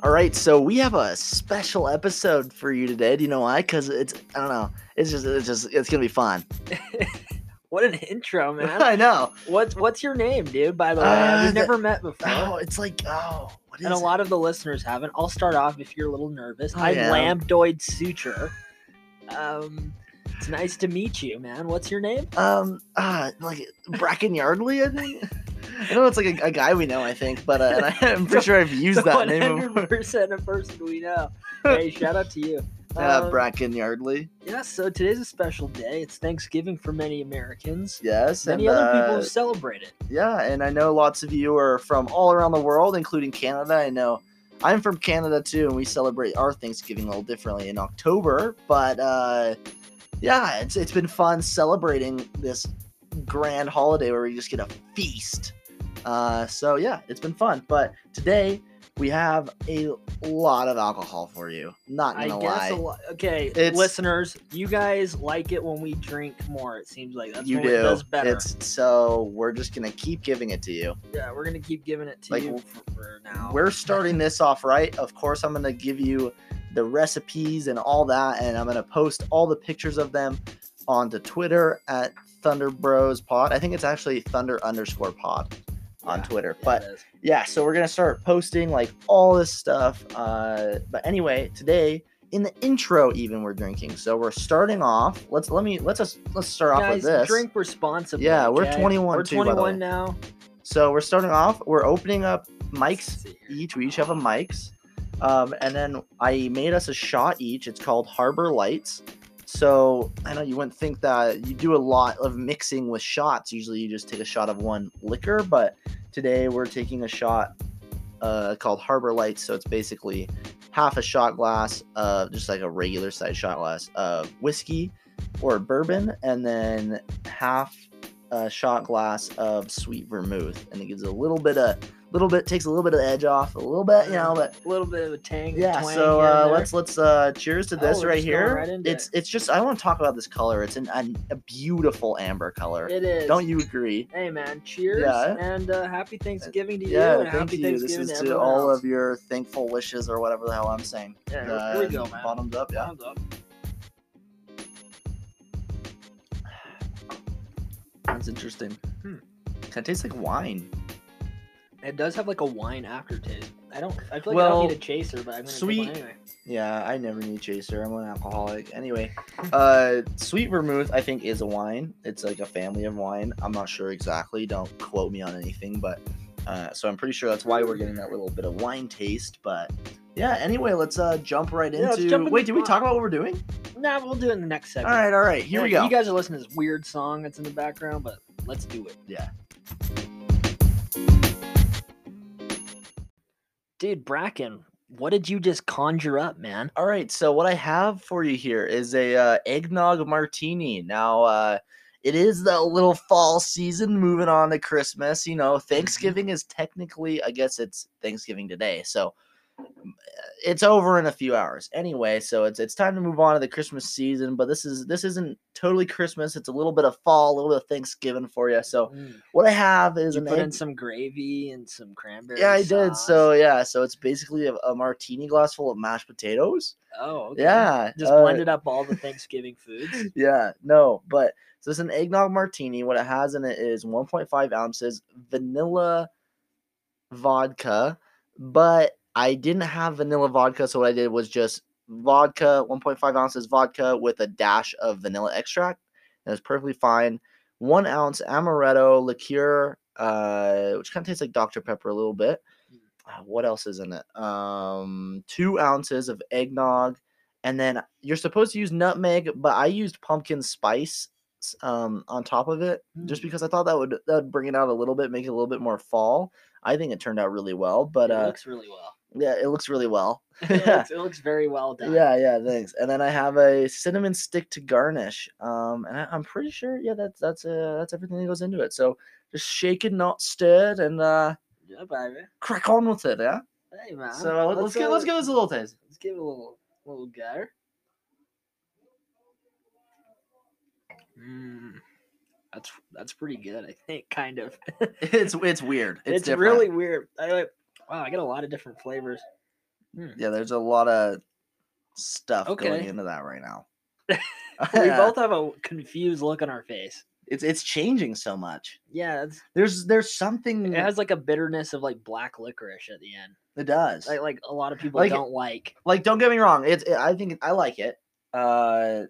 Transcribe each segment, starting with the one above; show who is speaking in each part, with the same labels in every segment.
Speaker 1: All right, so we have a special episode for you today. Do you know why? Because it's I don't know. It's just it's just it's gonna be fun.
Speaker 2: What an intro, man.
Speaker 1: I know.
Speaker 2: what's what's your name, dude? By the way,
Speaker 1: Uh,
Speaker 2: we've
Speaker 1: the-
Speaker 2: never met before.
Speaker 1: Oh, it's like oh, what is
Speaker 2: and a
Speaker 1: it?
Speaker 2: lot of the listeners haven't. I'll start off if you're a little nervous.
Speaker 1: I
Speaker 2: I'm
Speaker 1: am.
Speaker 2: Lambdoid Suture. Um, it's nice to meet you, man. What's your name?
Speaker 1: um uh like Bracken Yardley. I think. I know it's like a, a guy we know. I think, but uh, and I, I'm pretty sure I've used that name. before.
Speaker 2: 100% a person we know. Hey, shout out to you.
Speaker 1: Uh,
Speaker 2: Um,
Speaker 1: Bracken Yardley.
Speaker 2: Yeah, so today's a special day. It's Thanksgiving for many Americans.
Speaker 1: Yes,
Speaker 2: Many
Speaker 1: and
Speaker 2: other
Speaker 1: uh,
Speaker 2: people celebrate it.
Speaker 1: Yeah, and I know lots of you are from all around the world, including Canada. I know I'm from Canada too, and we celebrate our Thanksgiving a little differently in October. But uh, yeah, it's it's been fun celebrating this grand holiday where we just get a feast. Uh, so yeah, it's been fun. But today we have a lot of alcohol for you. Not
Speaker 2: I
Speaker 1: gonna
Speaker 2: guess
Speaker 1: lie.
Speaker 2: a lot. Okay,
Speaker 1: It's-
Speaker 2: listeners, you guys like it when we drink more. It seems like that's
Speaker 1: you
Speaker 2: when it
Speaker 1: do.
Speaker 2: does better.
Speaker 1: It's so we're just gonna keep giving it to you.
Speaker 2: Yeah, we're gonna keep giving it to
Speaker 1: Like,
Speaker 2: you for, for now.
Speaker 1: We're starting this off right. Of course, I'm going to give you the recipes and all that, and I'm going to post all the pictures of them onto Twitter at Thunder Bros Pod. I think it's actually Thunder underscore Pod on
Speaker 2: Yeah,
Speaker 1: Twitter.
Speaker 2: Yeah,
Speaker 1: But
Speaker 2: it is.
Speaker 1: yeah, so we're gonna start posting like all this stuff. Uh, but anyway, today in the intro, even we're drinking. So we're starting off. Let's let me let's us let's start off
Speaker 2: guys,
Speaker 1: with this.
Speaker 2: drink responsibly.
Speaker 1: Yeah, we're
Speaker 2: okay?
Speaker 1: 21
Speaker 2: We're
Speaker 1: too, by the
Speaker 2: 21
Speaker 1: way.
Speaker 2: now.
Speaker 1: So we're starting off. We're opening up mics
Speaker 2: Let's see here.
Speaker 1: each. We each have a mics. Um, and then I made us a shot each. It's called Harbor Lights. So I know you wouldn't think that you do a lot of mixing with shots. Usually you just take a shot of one liquor, but today we're taking a shot uh, called Harbor Lights. So it's basically half a shot glass of just like a regular size shot glass of whiskey or bourbon, and then half a shot glass of sweet vermouth. And it gives a little bit of, little bit, takes a little bit of the edge off, a little bit, you know, but
Speaker 2: A little bit of a tang.
Speaker 1: yeah,
Speaker 2: twang
Speaker 1: so
Speaker 2: here and
Speaker 1: uh,
Speaker 2: there.
Speaker 1: let's let's uh, cheers to
Speaker 2: Oh,
Speaker 1: this
Speaker 2: we're
Speaker 1: right
Speaker 2: just going
Speaker 1: here.
Speaker 2: right into
Speaker 1: it's it's just I want to talk about this color. It's an, an a beautiful amber color.
Speaker 2: It is.
Speaker 1: Don't you agree?
Speaker 2: Hey man, cheers
Speaker 1: Yeah.
Speaker 2: and uh, happy Thanksgiving to
Speaker 1: Yeah,
Speaker 2: you and
Speaker 1: thank
Speaker 2: happy
Speaker 1: you. This
Speaker 2: Thanksgiving
Speaker 1: is
Speaker 2: to,
Speaker 1: to
Speaker 2: everyone
Speaker 1: all
Speaker 2: else.
Speaker 1: of your thankful wishes or whatever the hell I'm saying.
Speaker 2: Yeah, here we go,
Speaker 1: Uh,
Speaker 2: man.
Speaker 1: Bottoms up, yeah.
Speaker 2: Thumbs up.
Speaker 1: That's interesting.
Speaker 2: Hmm.
Speaker 1: Kind of tastes like wine.
Speaker 2: It does have like a wine aftertaste. I don't. I feel like I
Speaker 1: Well,
Speaker 2: don't need a chaser, but I'm gonna
Speaker 1: sweet-
Speaker 2: Take one anyway.
Speaker 1: Yeah, I never need chaser. I'm an alcoholic. Anyway,
Speaker 2: Hmm.
Speaker 1: uh, sweet vermouth I think is a wine. It's like a family of wine. I'm not sure exactly. Don't quote me on anything, but uh, so I'm pretty sure that's why we're getting that little bit of wine taste. But yeah, anyway, let's uh jump right
Speaker 2: Yeah, let's
Speaker 1: into.
Speaker 2: jump into
Speaker 1: Wait, did we
Speaker 2: pot.
Speaker 1: talk about what we're doing?
Speaker 2: Nah, we'll do it in the next
Speaker 1: All
Speaker 2: segment.
Speaker 1: right, all right. Here we
Speaker 2: Yeah,
Speaker 1: go.
Speaker 2: You guys are listening to this weird song that's in the background, but let's do it.
Speaker 1: Yeah.
Speaker 2: Dude, Bracken, what did you just conjure up, man?
Speaker 1: All right, so what I have for you here is a uh, eggnog martini. Now, uh, it is the little fall season, moving on to Christmas. You
Speaker 2: Mm-hmm.
Speaker 1: know, Thanksgiving is technically, I guess it's Thanksgiving today, so um, it's over in a few hours anyway. So it's it's time to move on to the Christmas season. But this is this isn't totally Christmas. It's a little bit of fall, a little bit of Thanksgiving for you. So
Speaker 2: Mm.
Speaker 1: what I have is
Speaker 2: You
Speaker 1: an
Speaker 2: put in
Speaker 1: egg-
Speaker 2: some gravy and some cranberry.
Speaker 1: yeah, I did.
Speaker 2: sauce.
Speaker 1: So yeah, so it's basically a, a martini glass full of mashed potatoes.
Speaker 2: oh, okay.
Speaker 1: Yeah,
Speaker 2: Just
Speaker 1: uh,
Speaker 2: blended up all the Thanksgiving foods.
Speaker 1: yeah, no, but so it's an eggnog martini. What it has in it is 1.5 ounces vanilla vodka, but I didn't have vanilla vodka, so what I did was just vodka, 1.5 ounces vodka with a dash of vanilla extract. That was perfectly fine. One ounce amaretto liqueur, uh, which kind of tastes like Dr. Pepper a little bit. Uh, What else is in it? Um, two ounces of eggnog, and then you're supposed to use nutmeg, but I used pumpkin spice s- um, on top of it, just
Speaker 2: Hmm.
Speaker 1: because I thought that would that would bring it out a little bit, make it a little bit more fall. I think it turned out really well, but
Speaker 2: it
Speaker 1: uh,
Speaker 2: looks really well.
Speaker 1: yeah, it looks really well.
Speaker 2: It, looks, it looks very well done.
Speaker 1: Yeah, yeah, thanks. And then I have a cinnamon stick to garnish. Um, and I, I'm pretty sure, yeah, that's that's uh, that's everything that goes into it. So just shaken, not stirred, and uh,
Speaker 2: Yeah, baby.
Speaker 1: crack on with it, yeah.
Speaker 2: Hey, man.
Speaker 1: So let's, let's get let's
Speaker 2: uh,
Speaker 1: give this a little taste.
Speaker 2: Let's give it a little little go. Mm, that's that's pretty good, I think. Kind of.
Speaker 1: It's it's weird. It's,
Speaker 2: It's,
Speaker 1: different.
Speaker 2: really weird. I like. Wow, I get a lot of different flavors. Hmm.
Speaker 1: Yeah, there's a lot of stuff going
Speaker 2: Okay.
Speaker 1: into that right now.
Speaker 2: we both have a confused look on our face.
Speaker 1: it's it's changing so much.
Speaker 2: Yeah, it's,
Speaker 1: There's there's something
Speaker 2: it has like a bitterness of like black licorice at the end.
Speaker 1: it does.
Speaker 2: Like, like a lot of people
Speaker 1: Like-
Speaker 2: don't like.
Speaker 1: like don't get me wrong it's i think i like it uh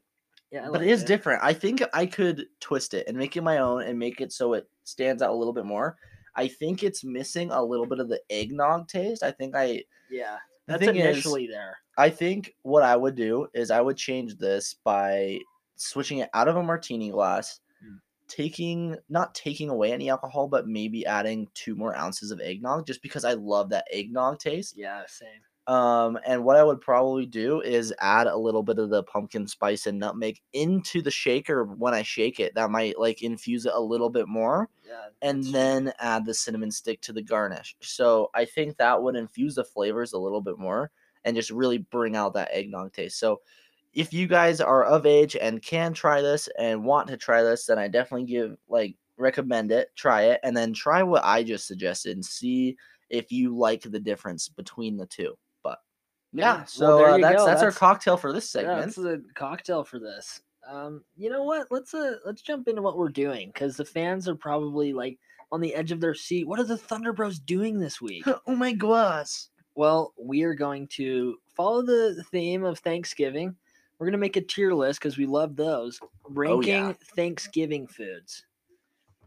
Speaker 2: Yeah, I
Speaker 1: but
Speaker 2: like
Speaker 1: it is different i think i could twist it and make it my own and make it so it stands out a little bit more i think it's missing a little bit of the eggnog taste i think i
Speaker 2: Yeah,
Speaker 1: the
Speaker 2: that's
Speaker 1: thing is,
Speaker 2: initially there.
Speaker 1: i think what i would do is i would change this by switching it out of a martini glass
Speaker 2: Mm.
Speaker 1: taking not taking away any alcohol but maybe adding two more ounces of eggnog just because i love that eggnog taste
Speaker 2: Yeah, same.
Speaker 1: um, and what I would probably do is add a little bit of the pumpkin spice and nutmeg into the shaker when I shake it. That might like infuse it a little bit more,
Speaker 2: Yeah,
Speaker 1: and
Speaker 2: that's-
Speaker 1: then add the cinnamon stick to the garnish. So I think that would infuse the flavors a little bit more and just really bring out that eggnog taste. So if you guys are of age and can try this and want to try this, then I definitely give like recommend it, try it, and then try what I just suggested and see if you like the difference between the two. But
Speaker 2: Yeah,
Speaker 1: yeah,
Speaker 2: well,
Speaker 1: so
Speaker 2: there
Speaker 1: uh,
Speaker 2: you
Speaker 1: that's,
Speaker 2: go.
Speaker 1: that's our
Speaker 2: That's-
Speaker 1: cocktail for this
Speaker 2: Yeah,
Speaker 1: segment.
Speaker 2: this is a cocktail for this. Um, you know what? Let's uh let's jump into what we're doing because the fans are probably like on the edge of their seat. What are the Thunder Bros doing this week?
Speaker 1: oh my gosh.
Speaker 2: well, we are going to follow the theme of Thanksgiving. We're gonna make a tier list because we love those. Ranking
Speaker 1: Oh, yeah.
Speaker 2: Thanksgiving foods.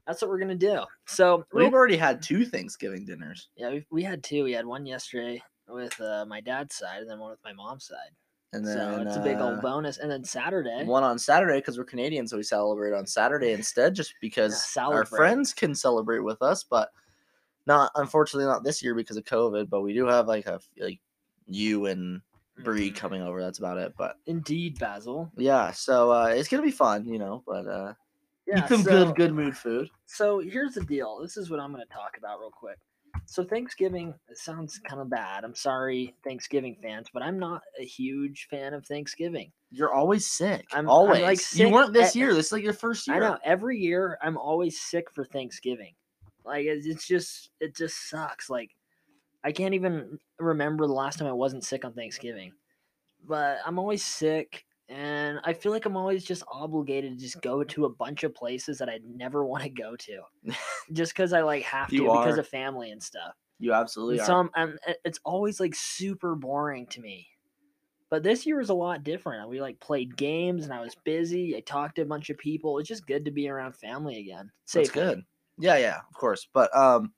Speaker 2: That's what we're gonna do. So real
Speaker 1: We've already had two Thanksgiving dinners.
Speaker 2: Yeah, we, we had two. We had one yesterday with uh, my dad's side, and then one with my mom's side.
Speaker 1: And then
Speaker 2: so it's a big
Speaker 1: uh,
Speaker 2: old bonus. And then Saturday,
Speaker 1: one on Saturday because we're Canadian, so we celebrate on Saturday instead, just because our
Speaker 2: celebrate.
Speaker 1: friends can celebrate with us. But not unfortunately, not this year because of COVID. But we do have like a like you and Bree
Speaker 2: Mhm.
Speaker 1: coming over. That's about it. But
Speaker 2: Indeed, Basil.
Speaker 1: yeah, so uh, it's gonna be fun, you know. But uh,
Speaker 2: Yeah,
Speaker 1: eat some
Speaker 2: so,
Speaker 1: good good mood food.
Speaker 2: So here's the deal. This is what I'm going to talk about real quick. So Thanksgiving it sounds kind of bad. I'm sorry, Thanksgiving fans, but I'm not a huge fan of Thanksgiving.
Speaker 1: You're always sick.
Speaker 2: I'm- I'm, like,
Speaker 1: always
Speaker 2: sick
Speaker 1: you weren't this
Speaker 2: at-
Speaker 1: year. This is like your first year.
Speaker 2: I know. Every year, I'm always sick for Thanksgiving. Like it's, it's just it just sucks. Like I can't even remember the last time I wasn't sick on Thanksgiving. But I'm always sick, and I feel like I'm always just obligated to just go to a bunch of places that I never want to go to, just because I like have to
Speaker 1: You
Speaker 2: because
Speaker 1: are.
Speaker 2: of family and stuff.
Speaker 1: You absolutely
Speaker 2: And
Speaker 1: are.
Speaker 2: some and it- it's always like super boring to me. But this year was a lot different. We like played games and I was busy. I talked to a bunch of people. It's just good to be around family again.
Speaker 1: That's
Speaker 2: Safely.
Speaker 1: good. Yeah, yeah, of course. But um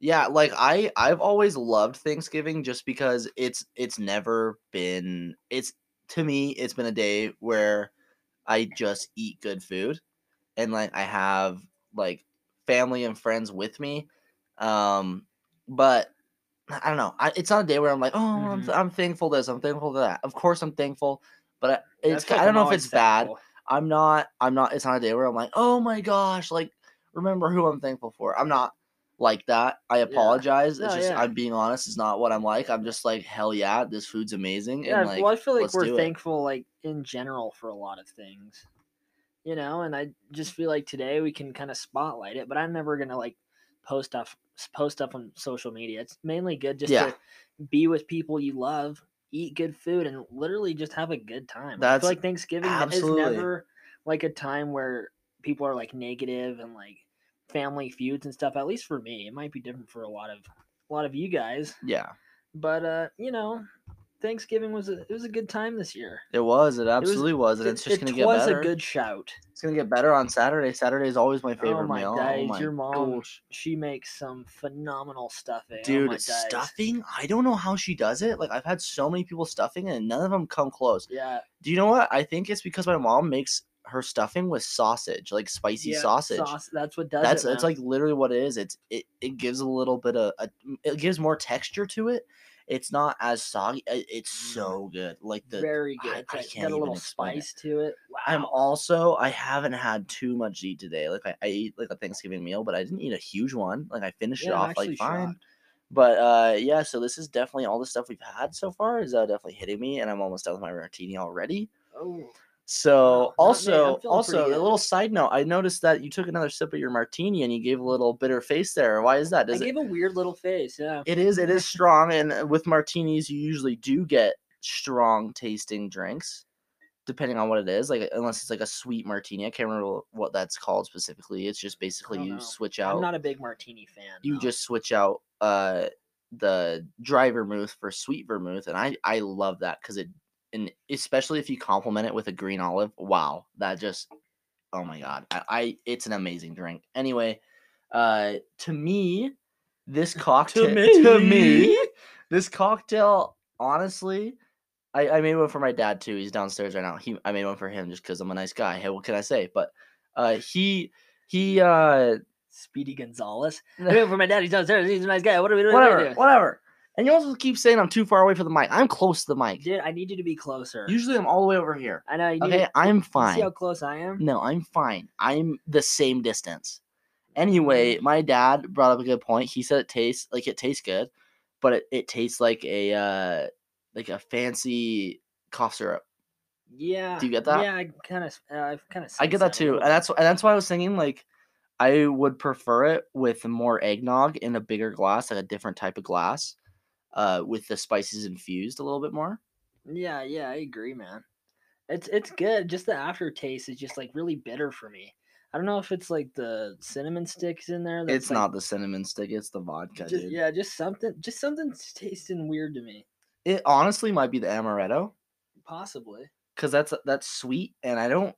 Speaker 1: yeah, like I I've always loved Thanksgiving just because it's it's never been it's to me it's been a day where I just eat good food and like I have like family and friends with me. Um but I don't know. I, it's not a day where I'm like, oh, I'm,
Speaker 2: Mm-hmm.
Speaker 1: th- I'm thankful this, I'm thankul to that. Of course, I'm thankful, but I,
Speaker 2: Yeah,
Speaker 1: it's
Speaker 2: feel like
Speaker 1: I don't
Speaker 2: I'm
Speaker 1: know if
Speaker 2: always
Speaker 1: it's bad.
Speaker 2: thankful.
Speaker 1: I'm not I'm not it's not a day where I'm like, oh my gosh, like remember who I'm thankful for. I'm not like that. I apologize. It's
Speaker 2: No,
Speaker 1: just
Speaker 2: yeah.
Speaker 1: I'm being honest, it's not what I'm like. I'm just like, hell yeah, this food's amazing.
Speaker 2: Yeah,
Speaker 1: and like
Speaker 2: well, I feel like
Speaker 1: let's do
Speaker 2: we're
Speaker 1: it.
Speaker 2: thankful like in general for a lot of things. You know, and I just feel like today we can kind of spotlight it, but I'm never gonna like post stuff post stuff on social media. It's mainly good just
Speaker 1: Yeah.
Speaker 2: to be with people you love, eat good food, and literally just have a good time. I
Speaker 1: That's-
Speaker 2: feel like Thanksgiving is
Speaker 1: absolutely.
Speaker 2: never like a time where people are like negative and like family feuds and stuff. At least for me, it might be different for a lot of a lot of you guys
Speaker 1: Yeah.
Speaker 2: but uh you know thanksgiving was a, it was a good time this year
Speaker 1: It was, it absolutely was, and
Speaker 2: It-
Speaker 1: it's just
Speaker 2: it
Speaker 1: gonna get
Speaker 2: was
Speaker 1: better.
Speaker 2: a good shout
Speaker 1: It's gonna get better on Saturday. Saturday is always my favorite
Speaker 2: my
Speaker 1: meal.
Speaker 2: days,
Speaker 1: oh my
Speaker 2: your mom-
Speaker 1: gosh.
Speaker 2: she makes some phenomenal stuffing
Speaker 1: Dude,
Speaker 2: oh my days.
Speaker 1: stuffing? I don't know how she does it. Like I've had so many people stuffing and none of them come close.
Speaker 2: yeah
Speaker 1: Do you know what? I think it's because my mom makes her stuffing with sausage, like spicy
Speaker 2: yeah,
Speaker 1: sausage.
Speaker 2: sauce, that's what does
Speaker 1: That's
Speaker 2: it
Speaker 1: it's like literally what it is. It's it, it gives a little bit of a, it gives more texture to it. It's not as soggy. It- It's
Speaker 2: Mm.
Speaker 1: so good. Like the
Speaker 2: very good
Speaker 1: I-
Speaker 2: it's
Speaker 1: I
Speaker 2: like,
Speaker 1: can't
Speaker 2: got a little
Speaker 1: even explain it.
Speaker 2: spice to it wow
Speaker 1: I'm also I haven't had too much to eat today. Like I, I ate like a Thanksgiving meal, but I didn't eat a huge one. Like I finished
Speaker 2: yeah,
Speaker 1: it
Speaker 2: I'm
Speaker 1: off
Speaker 2: actually
Speaker 1: like fine.
Speaker 2: shocked.
Speaker 1: But uh yeah, so this is definitely all the stuff we've had so far is uh, definitely hitting me, and I'm almost done with my martini already.
Speaker 2: oh
Speaker 1: So
Speaker 2: Wow, not me. I'm
Speaker 1: also
Speaker 2: feeling
Speaker 1: also
Speaker 2: pretty
Speaker 1: a
Speaker 2: good.
Speaker 1: little side note, I noticed that you took another sip of your martini and you gave a little bitter face there. Why is that?
Speaker 2: I
Speaker 1: Does it,
Speaker 2: gave a weird little face. Yeah.
Speaker 1: it is it is strong and uh, with martinis you usually do get strong tasting drinks depending on what it is like unless it's like a sweet martini. I can't remember wh- what that's called specifically. It's just basically
Speaker 2: don't
Speaker 1: you
Speaker 2: know.
Speaker 1: switch
Speaker 2: Oh, I'm
Speaker 1: out
Speaker 2: not a big martini fan.
Speaker 1: you
Speaker 2: though.
Speaker 1: just switch out uh the dry vermouth for sweet vermouth and i i love that because it and especially if you compliment it with a green olive wow that just oh my god i, I it's an amazing drink anyway uh to me this cocktail to me this cocktail honestly I, I made one for my dad too. He's downstairs right now. He I made one for him just because I'm a nice guy. Hey, what can I say? But uh, he he uh,
Speaker 2: Speedy Gonzalez. I mean, for my dad, he's downstairs. He's a nice guy. What are we doing? What are we
Speaker 1: whatever,
Speaker 2: doing?
Speaker 1: whatever. And you also keep saying I'm too far away from the mic. I'm close to the mic.
Speaker 2: Dude, I need you to be closer.
Speaker 1: Usually I'm all the way over here.
Speaker 2: I know. You need
Speaker 1: Okay,
Speaker 2: to-
Speaker 1: I'm
Speaker 2: you See how
Speaker 1: fine.
Speaker 2: close I am?
Speaker 1: No, I'm fine. I'm the same distance.
Speaker 2: Mm-hmm.
Speaker 1: Anyway, my dad brought up a good point. He said it tastes like it tastes good, but it, it tastes like a uh like a fancy cough syrup.
Speaker 2: Yeah.
Speaker 1: Do you get that?
Speaker 2: Yeah, I kind of. Uh, I've kind of.
Speaker 1: I get that too, and that's and that's why I was thinking like I would prefer it with more eggnog in a bigger glass, like a different type of glass, uh, with the spices infused a little bit more.
Speaker 2: Yeah, yeah, I agree, man. It's it's good. Just the aftertaste is just like really bitter for me. I don't know if it's like the cinnamon sticks in there. that's,
Speaker 1: It's
Speaker 2: like,
Speaker 1: not the cinnamon stick; it's the vodka,
Speaker 2: Just,
Speaker 1: dude.
Speaker 2: yeah, just something. Just something's tasting weird to me.
Speaker 1: It honestly might be the amaretto
Speaker 2: Possibly.
Speaker 1: because that's that's sweet, and I don't,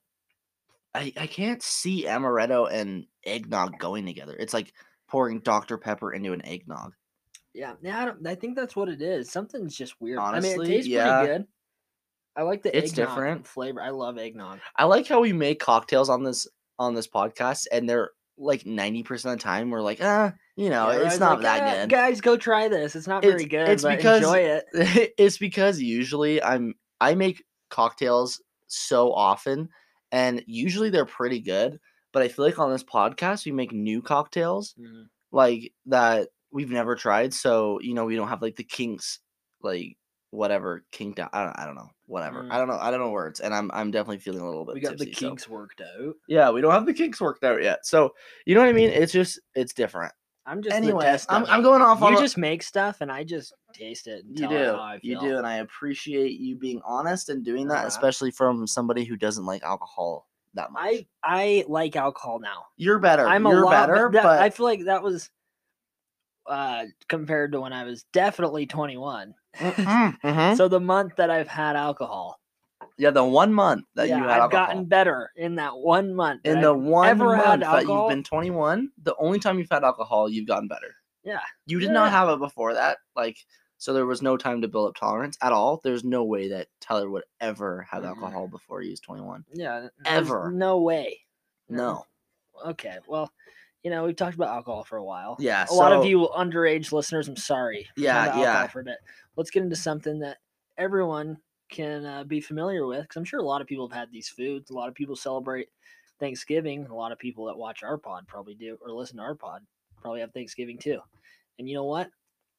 Speaker 1: I I can't see amaretto and eggnog going together. It's like pouring Dr Pepper into an eggnog.
Speaker 2: Yeah. Yeah. I, don't, I think that's what it is. Something's just weird. I mean,
Speaker 1: Honestly,
Speaker 2: it tastes
Speaker 1: yeah.
Speaker 2: pretty good. I like the
Speaker 1: It's
Speaker 2: eggnog
Speaker 1: different.
Speaker 2: flavor. I love eggnog.
Speaker 1: I like how we make cocktails on this on this podcast, and they're like ninety percent of the time we're like, ah, you know,
Speaker 2: Yeah, I
Speaker 1: it's
Speaker 2: was
Speaker 1: not
Speaker 2: like,
Speaker 1: that
Speaker 2: "Ah,
Speaker 1: good.
Speaker 2: Guys, go try this. It's not
Speaker 1: It's-
Speaker 2: very good.
Speaker 1: it's
Speaker 2: but
Speaker 1: because-
Speaker 2: enjoy it.
Speaker 1: it's because usually I'm I make cocktails so often, and usually they're pretty good. But I feel like on this podcast we make new cocktails
Speaker 2: Mhm.
Speaker 1: like that we've never tried, so you know we don't have like the kinks, like whatever kinked out. I don't, I don't know, whatever.
Speaker 2: Mm.
Speaker 1: I don't know. I don't know words, and I'm I'm definitely feeling a little bit.
Speaker 2: We got the
Speaker 1: tipsy, so-
Speaker 2: kinks worked out.
Speaker 1: yeah, we don't have the kinks worked out yet. So you know what I mean? It's just it's different.
Speaker 2: I'm just the
Speaker 1: anyway,
Speaker 2: test
Speaker 1: I'm,
Speaker 2: dummy.
Speaker 1: I'm going off on
Speaker 2: you
Speaker 1: a-
Speaker 2: just make stuff and I just taste it. And
Speaker 1: you
Speaker 2: tell it
Speaker 1: do
Speaker 2: how I
Speaker 1: you
Speaker 2: feel.
Speaker 1: do, and I appreciate you being honest and doing that,
Speaker 2: Uh-huh.
Speaker 1: especially from somebody who doesn't like alcohol that much.
Speaker 2: I I like alcohol now.
Speaker 1: you're better.
Speaker 2: I'm
Speaker 1: you're
Speaker 2: a lot
Speaker 1: better,
Speaker 2: that-
Speaker 1: but
Speaker 2: I feel like that was uh compared to when I was definitely 21.
Speaker 1: Mm, mhm.
Speaker 2: So the month that I've had alcohol,
Speaker 1: yeah, the one month that
Speaker 2: yeah,
Speaker 1: you had
Speaker 2: I've
Speaker 1: alcohol.
Speaker 2: gotten better in that one month. that
Speaker 1: in
Speaker 2: I've-
Speaker 1: the one
Speaker 2: ever
Speaker 1: month
Speaker 2: had
Speaker 1: that you've
Speaker 2: alcohol-
Speaker 1: been 21, the only time you've had alcohol, you've gotten better.
Speaker 2: Yeah.
Speaker 1: You did
Speaker 2: Yeah,
Speaker 1: not
Speaker 2: yeah.
Speaker 1: have it before that, like so there was no time to build up tolerance at all. There's no way that Tyler would ever have
Speaker 2: Mhm.
Speaker 1: alcohol before he was 21.
Speaker 2: yeah, there's
Speaker 1: ever.
Speaker 2: no way.
Speaker 1: No.
Speaker 2: Okay, well, you know we've talked about alcohol for a while.
Speaker 1: Yeah,
Speaker 2: a lot of
Speaker 1: so-
Speaker 2: you underage listeners, I'm sorry. We're talking
Speaker 1: Yeah,
Speaker 2: about
Speaker 1: yeah.
Speaker 2: alcohol For a bit, let's get into something that everyone can uh, be familiar with, because I'm sure a lot of people have had these foods. A lot of people celebrate Thanksgiving. A lot of people that watch our pod probably do, or listen to our pod probably have Thanksgiving too. And you know what?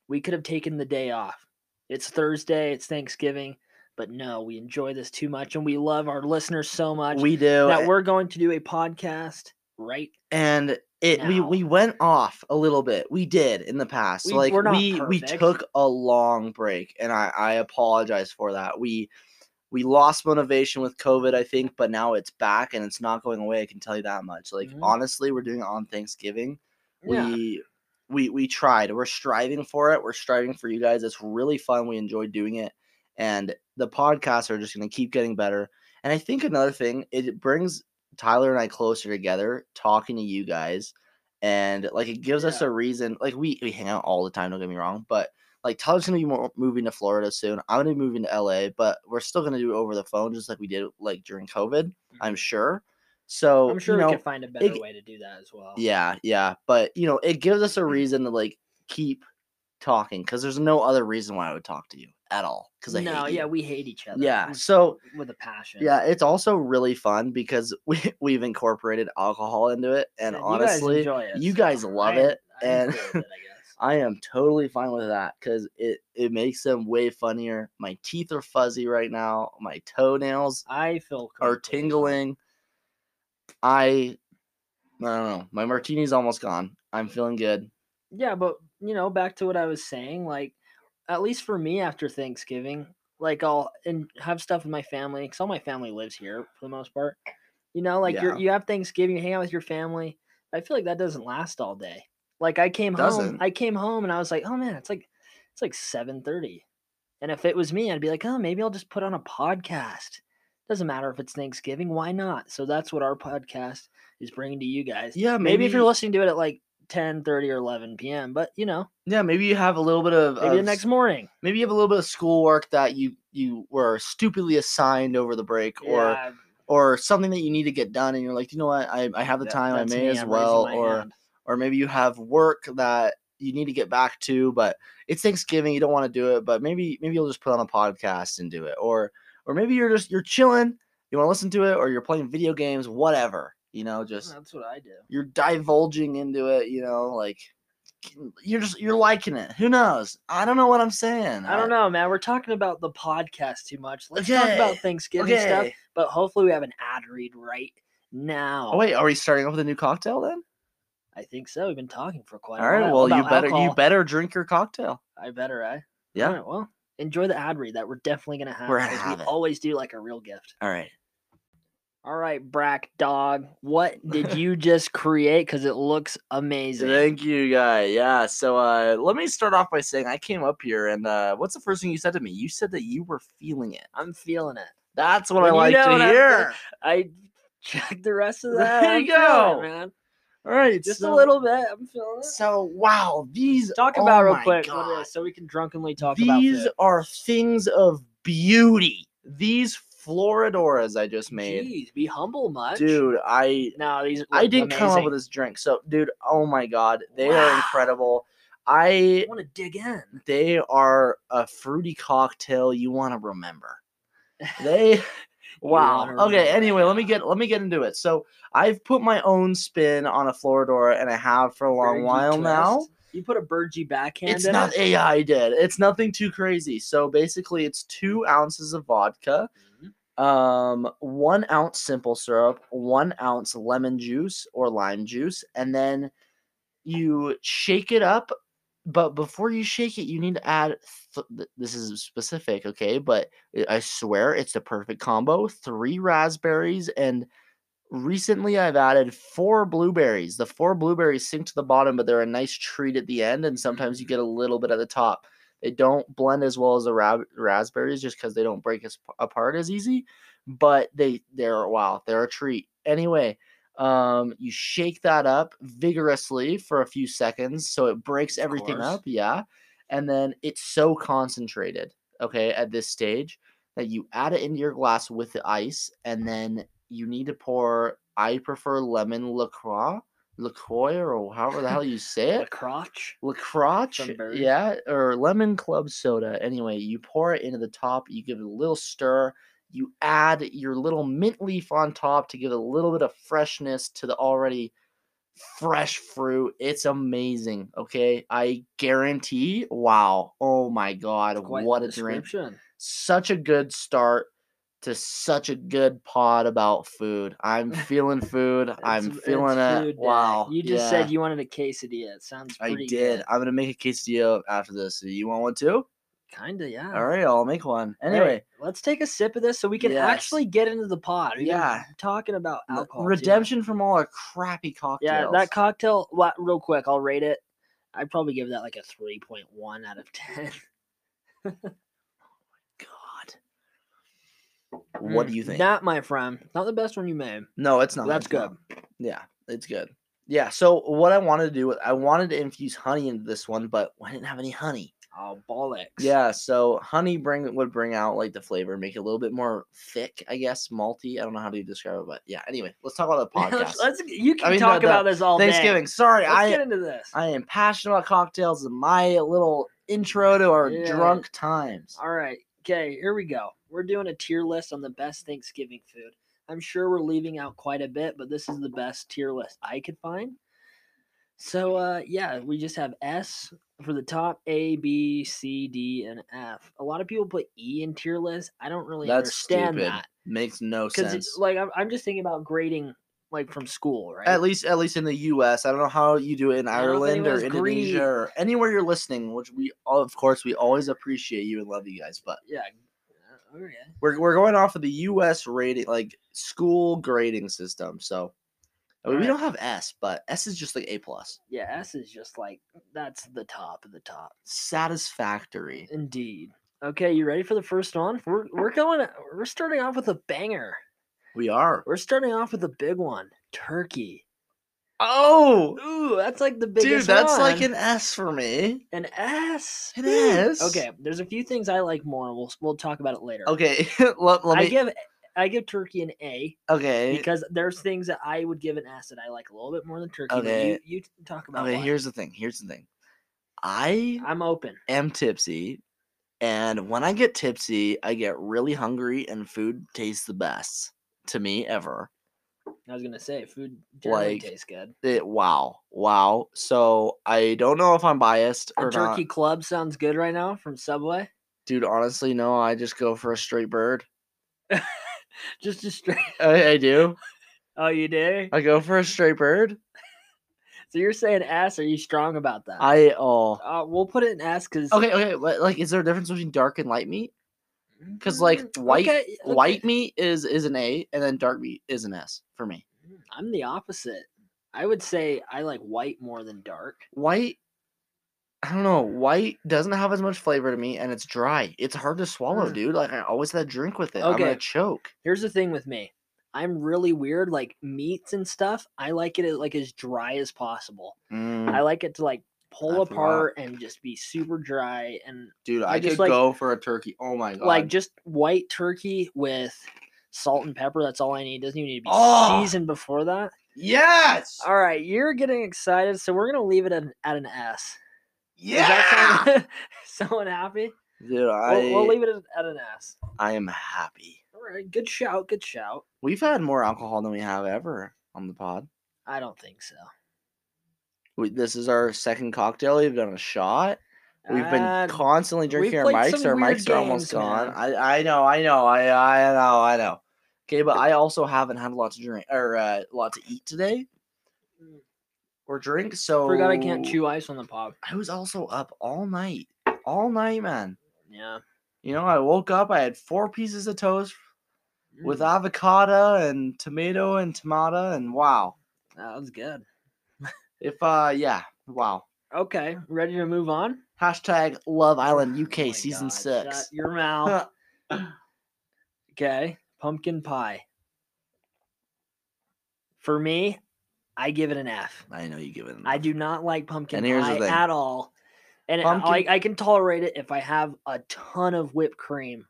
Speaker 2: We could have taken the day off. It's Thursday. It's Thanksgiving. But no, we enjoy this too much, and we love our listeners so much
Speaker 1: We do.
Speaker 2: that we're going to do a podcast right
Speaker 1: and it we
Speaker 2: now.
Speaker 1: we went off a little bit. We did in the past.
Speaker 2: We-
Speaker 1: like
Speaker 2: we're not
Speaker 1: we we
Speaker 2: perfect.
Speaker 1: took a long break and I I apologize for that. We we lost motivation with COVID, I think, but now it's back and it's not going away. I can tell you that much. Like
Speaker 2: Mhm.
Speaker 1: honestly, we're doing it on Thanksgiving.
Speaker 2: yeah.
Speaker 1: we we we tried we're striving for it we're striving for you guys it's really fun we enjoy doing it and the podcasts are just going to keep getting better and i think another thing it brings tyler and i closer together talking to you guys and like it gives us
Speaker 2: Yeah.
Speaker 1: a reason like we, we hang out all the time don't get me wrong but like tyler's going to be mo- moving to florida soon i'm going to be moving to la but we're still going to do it over the phone just like we did like during covid i'm sure so
Speaker 2: Mm-hmm. I'm sure
Speaker 1: you know,
Speaker 2: we can find a better
Speaker 1: g-
Speaker 2: way to do that as well.
Speaker 1: yeah, yeah, but you know, it gives us a
Speaker 2: Mm.
Speaker 1: reason to like keep talking because there's no other reason why I would talk to you at all. Because I
Speaker 2: no,
Speaker 1: hate
Speaker 2: yeah,
Speaker 1: you.
Speaker 2: we hate each other.
Speaker 1: yeah.
Speaker 2: with-
Speaker 1: So
Speaker 2: with a passion.
Speaker 1: yeah, it's also really fun because we we've incorporated alcohol into it, and
Speaker 2: you guys
Speaker 1: honestly,
Speaker 2: enjoy it,
Speaker 1: you
Speaker 2: so
Speaker 1: guys love
Speaker 2: I-
Speaker 1: it,
Speaker 2: I
Speaker 1: and
Speaker 2: enjoyed it, I guess.
Speaker 1: I am totally fine with that because it it makes them way funnier. My teeth are fuzzy right now. My toenails
Speaker 2: I feel
Speaker 1: are
Speaker 2: completely-
Speaker 1: tingling. I I don't know. My martini's almost gone. I'm feeling good.
Speaker 2: Yeah, but you know, back to what I was saying, like at least for me after Thanksgiving, like I'll and have stuff with my family because all my family lives here for the most part. You know, like
Speaker 1: Yeah.
Speaker 2: you're, you have Thanksgiving, you hang out with your family. I feel like that doesn't last all day. Like I came home,
Speaker 1: Doesn't.
Speaker 2: I came home and I was like, oh man, it's like it's like seven thirty, and if it was me, I'd be like, oh maybe I'll just put on a podcast. Doesn't matter if it's Thanksgiving, why not? So that's what our podcast is bringing to you guys
Speaker 1: Yeah,
Speaker 2: maybe, if you're listening to it at like 10 30 or 11 p.m but you know
Speaker 1: yeah, maybe you have a little bit of
Speaker 2: maybe the
Speaker 1: of
Speaker 2: next morning
Speaker 1: maybe you have a little bit of schoolwork that you you were stupidly assigned over the break or
Speaker 2: Yeah,
Speaker 1: or something that you need to get done and you're like you know what i, I have the
Speaker 2: that-
Speaker 1: time i
Speaker 2: that's
Speaker 1: may
Speaker 2: me,
Speaker 1: as
Speaker 2: I'm raising
Speaker 1: well
Speaker 2: my
Speaker 1: or
Speaker 2: hand.
Speaker 1: or maybe you have work that you need to get back to but it's thanksgiving you don't want to do it but maybe maybe you'll just put on a podcast and do it or or maybe you're just you're chilling you want to listen to it or you're playing video games whatever you know just
Speaker 2: that's what i do
Speaker 1: you're divulging into it you know like you're just you're liking it who knows i don't know what i'm saying
Speaker 2: i don't know man we're talking about the podcast too much let's talk about
Speaker 1: Okay,
Speaker 2: thanksgiving
Speaker 1: okay
Speaker 2: stuff but hopefully we have an ad read right now
Speaker 1: Oh wait, are we starting off with a new cocktail then?
Speaker 2: i think so we've been talking for quite
Speaker 1: All
Speaker 2: a
Speaker 1: right.
Speaker 2: while
Speaker 1: Well, you
Speaker 2: about
Speaker 1: better you
Speaker 2: alcohol.
Speaker 1: better drink your cocktail.
Speaker 2: i better i
Speaker 1: Yeah.
Speaker 2: All right, well enjoy the ad read that we're definitely gonna have
Speaker 1: We're
Speaker 2: because we
Speaker 1: having.
Speaker 2: always do like a real gift
Speaker 1: All right.
Speaker 2: all right brack dog what did you just create because it looks amazing
Speaker 1: Thank you, guy. Yeah. So uh, let me start off by saying I came up here, and uh, what's the first thing you said to me? You said that you were feeling it.
Speaker 2: I'm feeling it.
Speaker 1: That's what
Speaker 2: When
Speaker 1: I
Speaker 2: you
Speaker 1: like
Speaker 2: know
Speaker 1: to
Speaker 2: what I'm
Speaker 1: hear.
Speaker 2: I checked the rest of
Speaker 1: There
Speaker 2: that.
Speaker 1: you
Speaker 2: I'm feeling it,
Speaker 1: go.
Speaker 2: man.
Speaker 1: All right.
Speaker 2: Just
Speaker 1: so-
Speaker 2: a little bit. I'm feeling it.
Speaker 1: So wow, these
Speaker 2: talk
Speaker 1: oh
Speaker 2: about real
Speaker 1: my
Speaker 2: quick what it
Speaker 1: God.
Speaker 2: is, so we can drunkenly talk about
Speaker 1: These
Speaker 2: food.
Speaker 1: are things of beauty. These floridoras I just made,
Speaker 2: Jeez, be humble much.
Speaker 1: dude. I
Speaker 2: No, these
Speaker 1: I didn't come up with
Speaker 2: a
Speaker 1: this drink. So, dude, oh my god, they are
Speaker 2: Wow.
Speaker 1: incredible. I
Speaker 2: I want to dig in.
Speaker 1: they are a fruity cocktail you want to remember. They wow.
Speaker 2: wanna
Speaker 1: Okay,
Speaker 2: remember.
Speaker 1: anyway, let me get let me get into it. So, I've put my own spin on a Floridora and I have for a long
Speaker 2: Burgee
Speaker 1: while now.
Speaker 2: twist. You put a Burgee backhand
Speaker 1: It's
Speaker 2: in
Speaker 1: not
Speaker 2: it.
Speaker 1: AI did. It's nothing too crazy. So, basically, it's 2 ounces of vodka
Speaker 2: Mhm.
Speaker 1: um one ounce simple syrup one ounce lemon juice or lime juice and then you shake it up but before you shake it you need to add th- th- this is specific okay but i I swear it's the perfect combo three raspberries and recently i've added four blueberries the four blueberries sink to the bottom but they're a nice treat at the end and sometimes you
Speaker 2: Mm-hmm.
Speaker 1: get a little bit at the top they don't blend as well as the ra- raspberries just because they don't break as p- apart as easy but they they're wow they're a treat anyway um you shake that up vigorously for a few seconds so it breaks
Speaker 2: Of
Speaker 1: everything
Speaker 2: course.
Speaker 1: up yeah and then it's so concentrated okay at this stage that you add it into your glass with the ice and then you need to pour i prefer lemon lacroix lacroix or however the hell you say
Speaker 2: The
Speaker 1: it
Speaker 2: crotch.
Speaker 1: lacroix
Speaker 2: From Bird.
Speaker 1: yeah or lemon club soda anyway you pour it into the top you give it a little stir you add your little mint leaf on top to give it a little bit of freshness to the already fresh fruit it's amazing okay i guarantee wow oh my god
Speaker 2: Quite
Speaker 1: what
Speaker 2: the
Speaker 1: a drink
Speaker 2: description.
Speaker 1: such a good start to such a good pod about food. I'm feeling food. I'm
Speaker 2: It's- it's
Speaker 1: feeling it.
Speaker 2: food day.
Speaker 1: Wow.
Speaker 2: You just
Speaker 1: yeah,
Speaker 2: said you wanted a quesadilla. It sounds
Speaker 1: I
Speaker 2: pretty
Speaker 1: did.
Speaker 2: good.
Speaker 1: I'm gonna make a quesadilla after this. You want one too?
Speaker 2: Kinda, yeah.
Speaker 1: All right, I'll make one.
Speaker 2: Hey,
Speaker 1: Anyway,
Speaker 2: let's take a sip of this so we can
Speaker 1: Yes.
Speaker 2: actually get into the pod. We've been
Speaker 1: Yeah.
Speaker 2: talking about
Speaker 1: l-
Speaker 2: alcohol. too much.
Speaker 1: redemption from all our crappy cocktails.
Speaker 2: Yeah, that cocktail. What? Real quick, I'll rate it. I'd probably give that like a three point one out of ten.
Speaker 1: God. What do
Speaker 2: Mm,
Speaker 1: you think?
Speaker 2: That, my friend, not the best one you made.
Speaker 1: no, it's not.
Speaker 2: That's
Speaker 1: it's not.
Speaker 2: good.
Speaker 1: Yeah, it's good. Yeah. So what I wanted to do, was I wanted to infuse honey into this one, but I didn't have any honey.
Speaker 2: Oh bollocks!
Speaker 1: Yeah, so honey bring would bring out like the flavor, make it a little bit more thick, I guess, malty. I don't know how to describe it, but yeah. Anyway, let's talk about the podcast.
Speaker 2: let's, let's- you can
Speaker 1: I mean,
Speaker 2: talk
Speaker 1: the- the
Speaker 2: about this all day.
Speaker 1: Thanksgiving. Sorry,
Speaker 2: Let's
Speaker 1: I
Speaker 2: get into this.
Speaker 1: I am passionate about cocktails and my little intro to our
Speaker 2: Yeah.
Speaker 1: drunk times.
Speaker 2: All right. Okay, here we go. We're doing a tier list on the best Thanksgiving food. I'm sure we're leaving out quite a bit, but this is the best tier list I could find. So uh yeah, we just have S for the top A, B, C, D, and F. A lot of people put E in tier lists. I don't really
Speaker 1: That's
Speaker 2: understand
Speaker 1: stupid.
Speaker 2: that
Speaker 1: Makes no
Speaker 2: because
Speaker 1: sense.
Speaker 2: it's like I'm, I'm just thinking about grading like from school, right?
Speaker 1: At least, at least in the U.S., I don't know how you do it in
Speaker 2: I don't know if
Speaker 1: Ireland or
Speaker 2: anyone's greedy.
Speaker 1: Indonesia or anywhere you're listening. Which we, of course, we always appreciate you and love you guys. But
Speaker 2: yeah. Uh, Oh yeah.
Speaker 1: we're we're going off of the U.S. rating, like school grading system. So I mean, we don't
Speaker 2: Alright.
Speaker 1: have S, but S is just like A plus,
Speaker 2: Yeah, S is just like that's the top of the top.
Speaker 1: satisfactory.
Speaker 2: Indeed. Okay, you ready for the first one? We're we're going we're starting off with a banger.
Speaker 1: We are.
Speaker 2: We're starting off with a big one. Turkey.
Speaker 1: Oh,
Speaker 2: Ooh, that's like the biggest
Speaker 1: dude, that's like
Speaker 2: one.
Speaker 1: an "Oh, S for me.
Speaker 2: An S.
Speaker 1: An
Speaker 2: dude.
Speaker 1: S.
Speaker 2: Okay, there's a few things I like more. and We'll we'll talk about it later.
Speaker 1: Okay, let, let
Speaker 2: I
Speaker 1: me.
Speaker 2: give I give Turkey an A
Speaker 1: okay,
Speaker 2: because there's things that I would give an S that I like a little bit more than Turkey. but
Speaker 1: Okay.
Speaker 2: You you t- talk about.
Speaker 1: okay.
Speaker 2: why.
Speaker 1: Here's the thing. Here's the thing. I
Speaker 2: I'm open.
Speaker 1: am tipsy, and when I get tipsy, I get really hungry, and food tastes the best to me ever.
Speaker 2: I was gonna say food generally
Speaker 1: Like,
Speaker 2: tastes good.
Speaker 1: It, wow, wow. So I don't know if I'm biased
Speaker 2: A
Speaker 1: or not,
Speaker 2: turkey club sounds good right now from Subway.
Speaker 1: dude. Honestly, no. I just go for a straight bird.
Speaker 2: Just a straight.
Speaker 1: I, I do.
Speaker 2: Oh, you did.
Speaker 1: I go for a straight bird.
Speaker 2: So you're saying S? Are you strong about that?
Speaker 1: I oh.
Speaker 2: uh, we'll put it in S because
Speaker 1: Okay, okay. li- Like, is there a difference between dark and light meat?
Speaker 2: Mm,
Speaker 1: 'cause, like, white- White meat is is an A, and then dark meat is an S for me.
Speaker 2: Mm, I'm the opposite. I would say I like white more than dark.
Speaker 1: White, I don't know. White doesn't have as much flavor to me, and it's dry. It's hard to swallow,
Speaker 2: Mm.
Speaker 1: dude. Like I always had a drink with it. I'm gonna
Speaker 2: Okay.
Speaker 1: choke.
Speaker 2: Here's the thing with me. I'm really weird like meats and stuff. I like it like as dry as possible.
Speaker 1: Mm,
Speaker 2: I like it to like pull
Speaker 1: That's a lot.
Speaker 2: apart and just be super dry and
Speaker 1: dude,
Speaker 2: I
Speaker 1: I,
Speaker 2: just
Speaker 1: could
Speaker 2: like-
Speaker 1: go for a turkey. Oh my god!
Speaker 2: like just white turkey with salt and pepper. That's all I need. Doesn't even need to be
Speaker 1: Oh!
Speaker 2: seasoned before that.
Speaker 1: yes,
Speaker 2: All right, you're getting excited, so we're gonna leave it at an, at an S. Is
Speaker 1: yeah,
Speaker 2: that sound- someone happy?
Speaker 1: dude. I
Speaker 2: We'll, we'll leave it at, at an S.
Speaker 1: I am happy.
Speaker 2: All right, good shout, good shout.
Speaker 1: We've had more alcohol than we have ever on the pod.
Speaker 2: I don't think so.
Speaker 1: We, this is our second cocktail. We've done a shot. We've
Speaker 2: Uh,
Speaker 1: been constantly drinking our
Speaker 2: played
Speaker 1: mics.
Speaker 2: some
Speaker 1: Our
Speaker 2: weird
Speaker 1: mics are almost
Speaker 2: games,
Speaker 1: gone.
Speaker 2: man.
Speaker 1: I, I know, I know, I I know, I know. Okay, but I also haven't had a lot to drink or uh, a lot to eat today
Speaker 2: Mm.
Speaker 1: or drink. So
Speaker 2: forgot I can't chew ice on the pop.
Speaker 1: I was also up all night, all night, man.
Speaker 2: Yeah.
Speaker 1: You know, I woke up. I had four pieces of toast with
Speaker 2: Mm,
Speaker 1: avocado and tomato and tomato, and wow.
Speaker 2: that was good.
Speaker 1: If uh, yeah, wow.
Speaker 2: Okay, ready to move on?
Speaker 1: Hashtag Love Island
Speaker 2: Oh
Speaker 1: UK
Speaker 2: my
Speaker 1: season
Speaker 2: God,
Speaker 1: six.
Speaker 2: Shut your mouth. okay, pumpkin pie. For me, I give it an F.
Speaker 1: I know you give it. an
Speaker 2: I
Speaker 1: F.
Speaker 2: do not like pumpkin
Speaker 1: And here's the
Speaker 2: pie
Speaker 1: thing.
Speaker 2: at all. And I-
Speaker 1: Pumpkin-
Speaker 2: like I can tolerate it if I have a ton of whipped cream,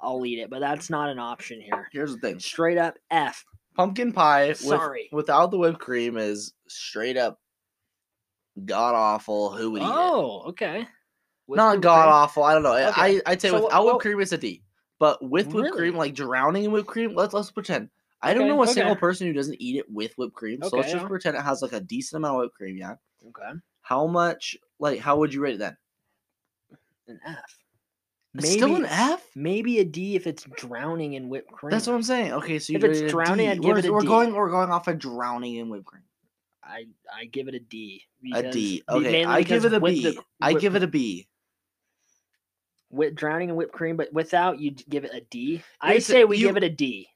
Speaker 2: I'll eat it, but that's not an option here.
Speaker 1: Here's the thing.
Speaker 2: Straight up F.
Speaker 1: pumpkin pie with,
Speaker 2: Sorry.
Speaker 1: without the whipped cream is straight up god awful. Who would eat it?
Speaker 2: Oh, okay. With
Speaker 1: Not
Speaker 2: whipped
Speaker 1: god
Speaker 2: cream?
Speaker 1: awful. I don't know. I-
Speaker 2: Okay,
Speaker 1: I I'd say
Speaker 2: so what-
Speaker 1: without
Speaker 2: what-
Speaker 1: whipped cream it's a D, but with whipped cream,
Speaker 2: Really?
Speaker 1: like drowning in whipped cream, let's let's pretend. I don't
Speaker 2: Okay,
Speaker 1: know a single
Speaker 2: okay.
Speaker 1: person who doesn't eat it with whipped cream, so let's
Speaker 2: Okay,
Speaker 1: just
Speaker 2: yeah.
Speaker 1: pretend it has like a decent amount of whipped cream. Yeah.
Speaker 2: Okay.
Speaker 1: How much? Like, how would you rate it then?
Speaker 2: an F.
Speaker 1: It's Still an F?
Speaker 2: Maybe a D if it's drowning in whipped cream.
Speaker 1: That's what I'm saying. Okay, so you
Speaker 2: If it's
Speaker 1: rate it a
Speaker 2: drowning,
Speaker 1: D.
Speaker 2: I'd give
Speaker 1: we're,
Speaker 2: it a
Speaker 1: we're
Speaker 2: D.
Speaker 1: going. We're going off of drowning in whipped cream.
Speaker 2: I I give it a D.
Speaker 1: A D.
Speaker 2: because-
Speaker 1: Okay,
Speaker 2: mainly
Speaker 1: I give
Speaker 2: because
Speaker 1: it a
Speaker 2: with
Speaker 1: B. I
Speaker 2: the-
Speaker 1: give it a B.
Speaker 2: with drowning in whipped cream, but without you give it a D. I
Speaker 1: It's a-
Speaker 2: say we
Speaker 1: you-
Speaker 2: give it a D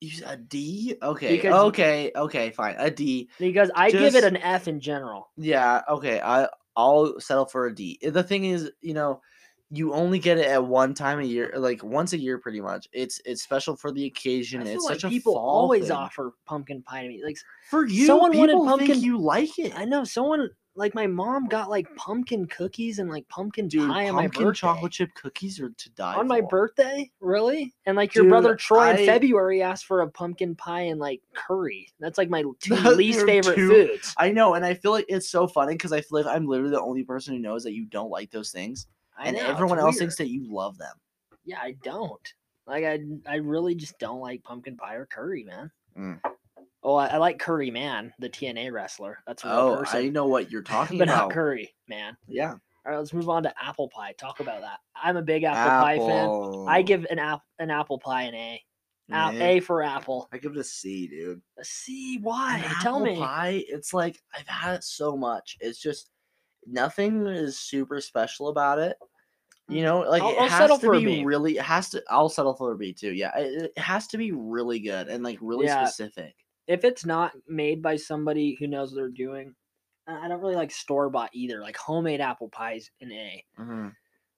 Speaker 1: You s- a D? Okay.
Speaker 2: Because-
Speaker 1: okay. Okay. Fine. A D.
Speaker 2: because I give it
Speaker 1: Just-
Speaker 2: an F in general.
Speaker 1: Yeah. Okay. I I'll settle for a D. The thing is, you know, you only get it at one time a year, like once a year, pretty much. It's it's special for the occasion.
Speaker 2: I feel
Speaker 1: it's
Speaker 2: like
Speaker 1: such a
Speaker 2: people
Speaker 1: fall
Speaker 2: always
Speaker 1: thing.
Speaker 2: offer pumpkin pie to me. Like
Speaker 1: for you.
Speaker 2: someone wanted
Speaker 1: people think
Speaker 2: pumpkin-
Speaker 1: you like it,
Speaker 2: I know someone like my mom got like pumpkin cookies and like pumpkin
Speaker 1: dude.
Speaker 2: pie on my
Speaker 1: pumpkin
Speaker 2: birthday.
Speaker 1: chocolate chip cookies are to die
Speaker 2: on my
Speaker 1: for.
Speaker 2: birthday really and like your brother
Speaker 1: Dude,
Speaker 2: troy
Speaker 1: I-
Speaker 2: in february asked for a pumpkin pie and like curry that's like my two
Speaker 1: Those
Speaker 2: least
Speaker 1: are
Speaker 2: favorite
Speaker 1: two-
Speaker 2: foods
Speaker 1: I know, and I feel like it's so funny because I feel like I'm literally the only person who knows that you don't like those things,
Speaker 2: I
Speaker 1: and
Speaker 2: know, it's
Speaker 1: everyone else
Speaker 2: weird.
Speaker 1: thinks that you love them.
Speaker 2: yeah i don't like i i really just don't like pumpkin pie or curry man
Speaker 1: Mm.
Speaker 2: Oh, I, I like Curry Man, the TNA wrestler. That's a real
Speaker 1: Oh,
Speaker 2: person,
Speaker 1: I know what you're talking
Speaker 2: but
Speaker 1: about.
Speaker 2: not Curry Man.
Speaker 1: Yeah,
Speaker 2: All right, let's move on to apple pie. Talk about that. I'm a big apple, pie fan. I give an app an apple pie an A. A,
Speaker 1: Nah,
Speaker 2: a for apple.
Speaker 1: I give it a C, dude.
Speaker 2: A C. Why?
Speaker 1: An
Speaker 2: Tell
Speaker 1: apple
Speaker 2: me.
Speaker 1: Pie, it's like I've had it so much. It's just nothing is super special about it. You know, like
Speaker 2: Mm. I'll-
Speaker 1: it
Speaker 2: I'll
Speaker 1: has
Speaker 2: settle
Speaker 1: to
Speaker 2: for a
Speaker 1: be
Speaker 2: B.
Speaker 1: really. It has to. I'll settle for a B too. Yeah, it, it has to be really good and like really
Speaker 2: Yeah.
Speaker 1: specific.
Speaker 2: If it's not made by somebody who knows what they're doing, and I don't really like store bought either. Like homemade apple pies an A.
Speaker 1: Mm-hmm.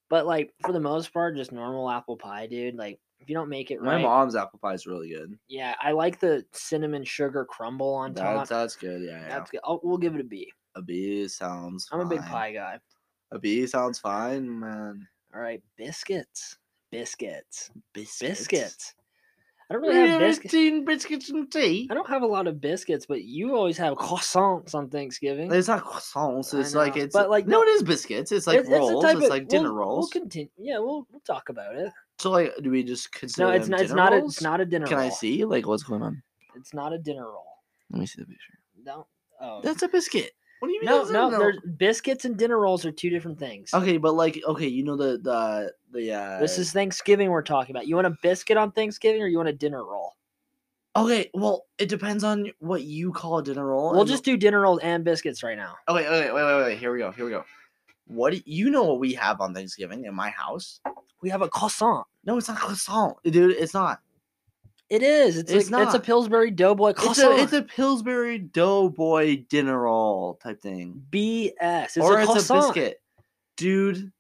Speaker 2: But like for the most part, just normal apple pie, dude. Like if you don't make it
Speaker 1: My
Speaker 2: right,
Speaker 1: mom's apple pie is really good.
Speaker 2: yeah, I like the cinnamon sugar crumble on top.
Speaker 1: That's, that's good. Yeah, yeah.
Speaker 2: That's good. I'll, we'll give it a B.
Speaker 1: a B sounds.
Speaker 2: I'm a big
Speaker 1: fine.
Speaker 2: pie guy.
Speaker 1: A B sounds fine, man.
Speaker 2: All right, biscuits, biscuits,
Speaker 1: Biscuits.
Speaker 2: biscuits. I don't
Speaker 1: We
Speaker 2: really
Speaker 1: have
Speaker 2: have biscuits.
Speaker 1: 18 biscuits and tea.
Speaker 2: I don't have a lot of biscuits, but you always have croissants on Thanksgiving.
Speaker 1: It's not croissants.
Speaker 2: I
Speaker 1: It's like
Speaker 2: know,
Speaker 1: it's
Speaker 2: but, like,
Speaker 1: no,
Speaker 2: the-
Speaker 1: it is biscuits. It's like
Speaker 2: It's- it's the
Speaker 1: rolls. It's,
Speaker 2: type of-
Speaker 1: like dinner
Speaker 2: we'll-
Speaker 1: rolls.
Speaker 2: We'll continue. Yeah, we'll we'll talk about it.
Speaker 1: so like, do we just consider?
Speaker 2: No, it's
Speaker 1: them
Speaker 2: not. It's
Speaker 1: dinner
Speaker 2: not. A,
Speaker 1: rolls?
Speaker 2: it's not a dinner.
Speaker 1: Can
Speaker 2: roll.
Speaker 1: I see like what's going on?
Speaker 2: It's not a dinner roll.
Speaker 1: Let me see the picture.
Speaker 2: No. Oh.
Speaker 1: That's a biscuit. What do you mean?
Speaker 2: no,
Speaker 1: that's a
Speaker 2: no,
Speaker 1: dinner
Speaker 2: There's
Speaker 1: roll?
Speaker 2: biscuits and dinner rolls are two different things.
Speaker 1: Okay, but like, okay, you know the the the. Uh,
Speaker 2: This is Thanksgiving we're talking about. You want a biscuit on Thanksgiving or you want a dinner roll?
Speaker 1: okay. Well, it depends on what you call a dinner roll.
Speaker 2: We'll
Speaker 1: and-
Speaker 2: just do dinner rolls and biscuits right now.
Speaker 1: Okay, okay, wait, wait, wait. Here we go. Here we go. What do you know? What we have on Thanksgiving in my house?
Speaker 2: We have a croissant.
Speaker 1: No, it's not croissant, dude. It's not.
Speaker 2: It is. It's,
Speaker 1: It's
Speaker 2: like, It's a
Speaker 1: not.
Speaker 2: Pillsbury Doughboy
Speaker 1: It's a,
Speaker 2: croissant.
Speaker 1: it's a Pillsbury Doughboy dinner roll type thing.
Speaker 2: BS. It's
Speaker 1: or
Speaker 2: a
Speaker 1: it's
Speaker 2: croissant.
Speaker 1: a biscuit. Dude,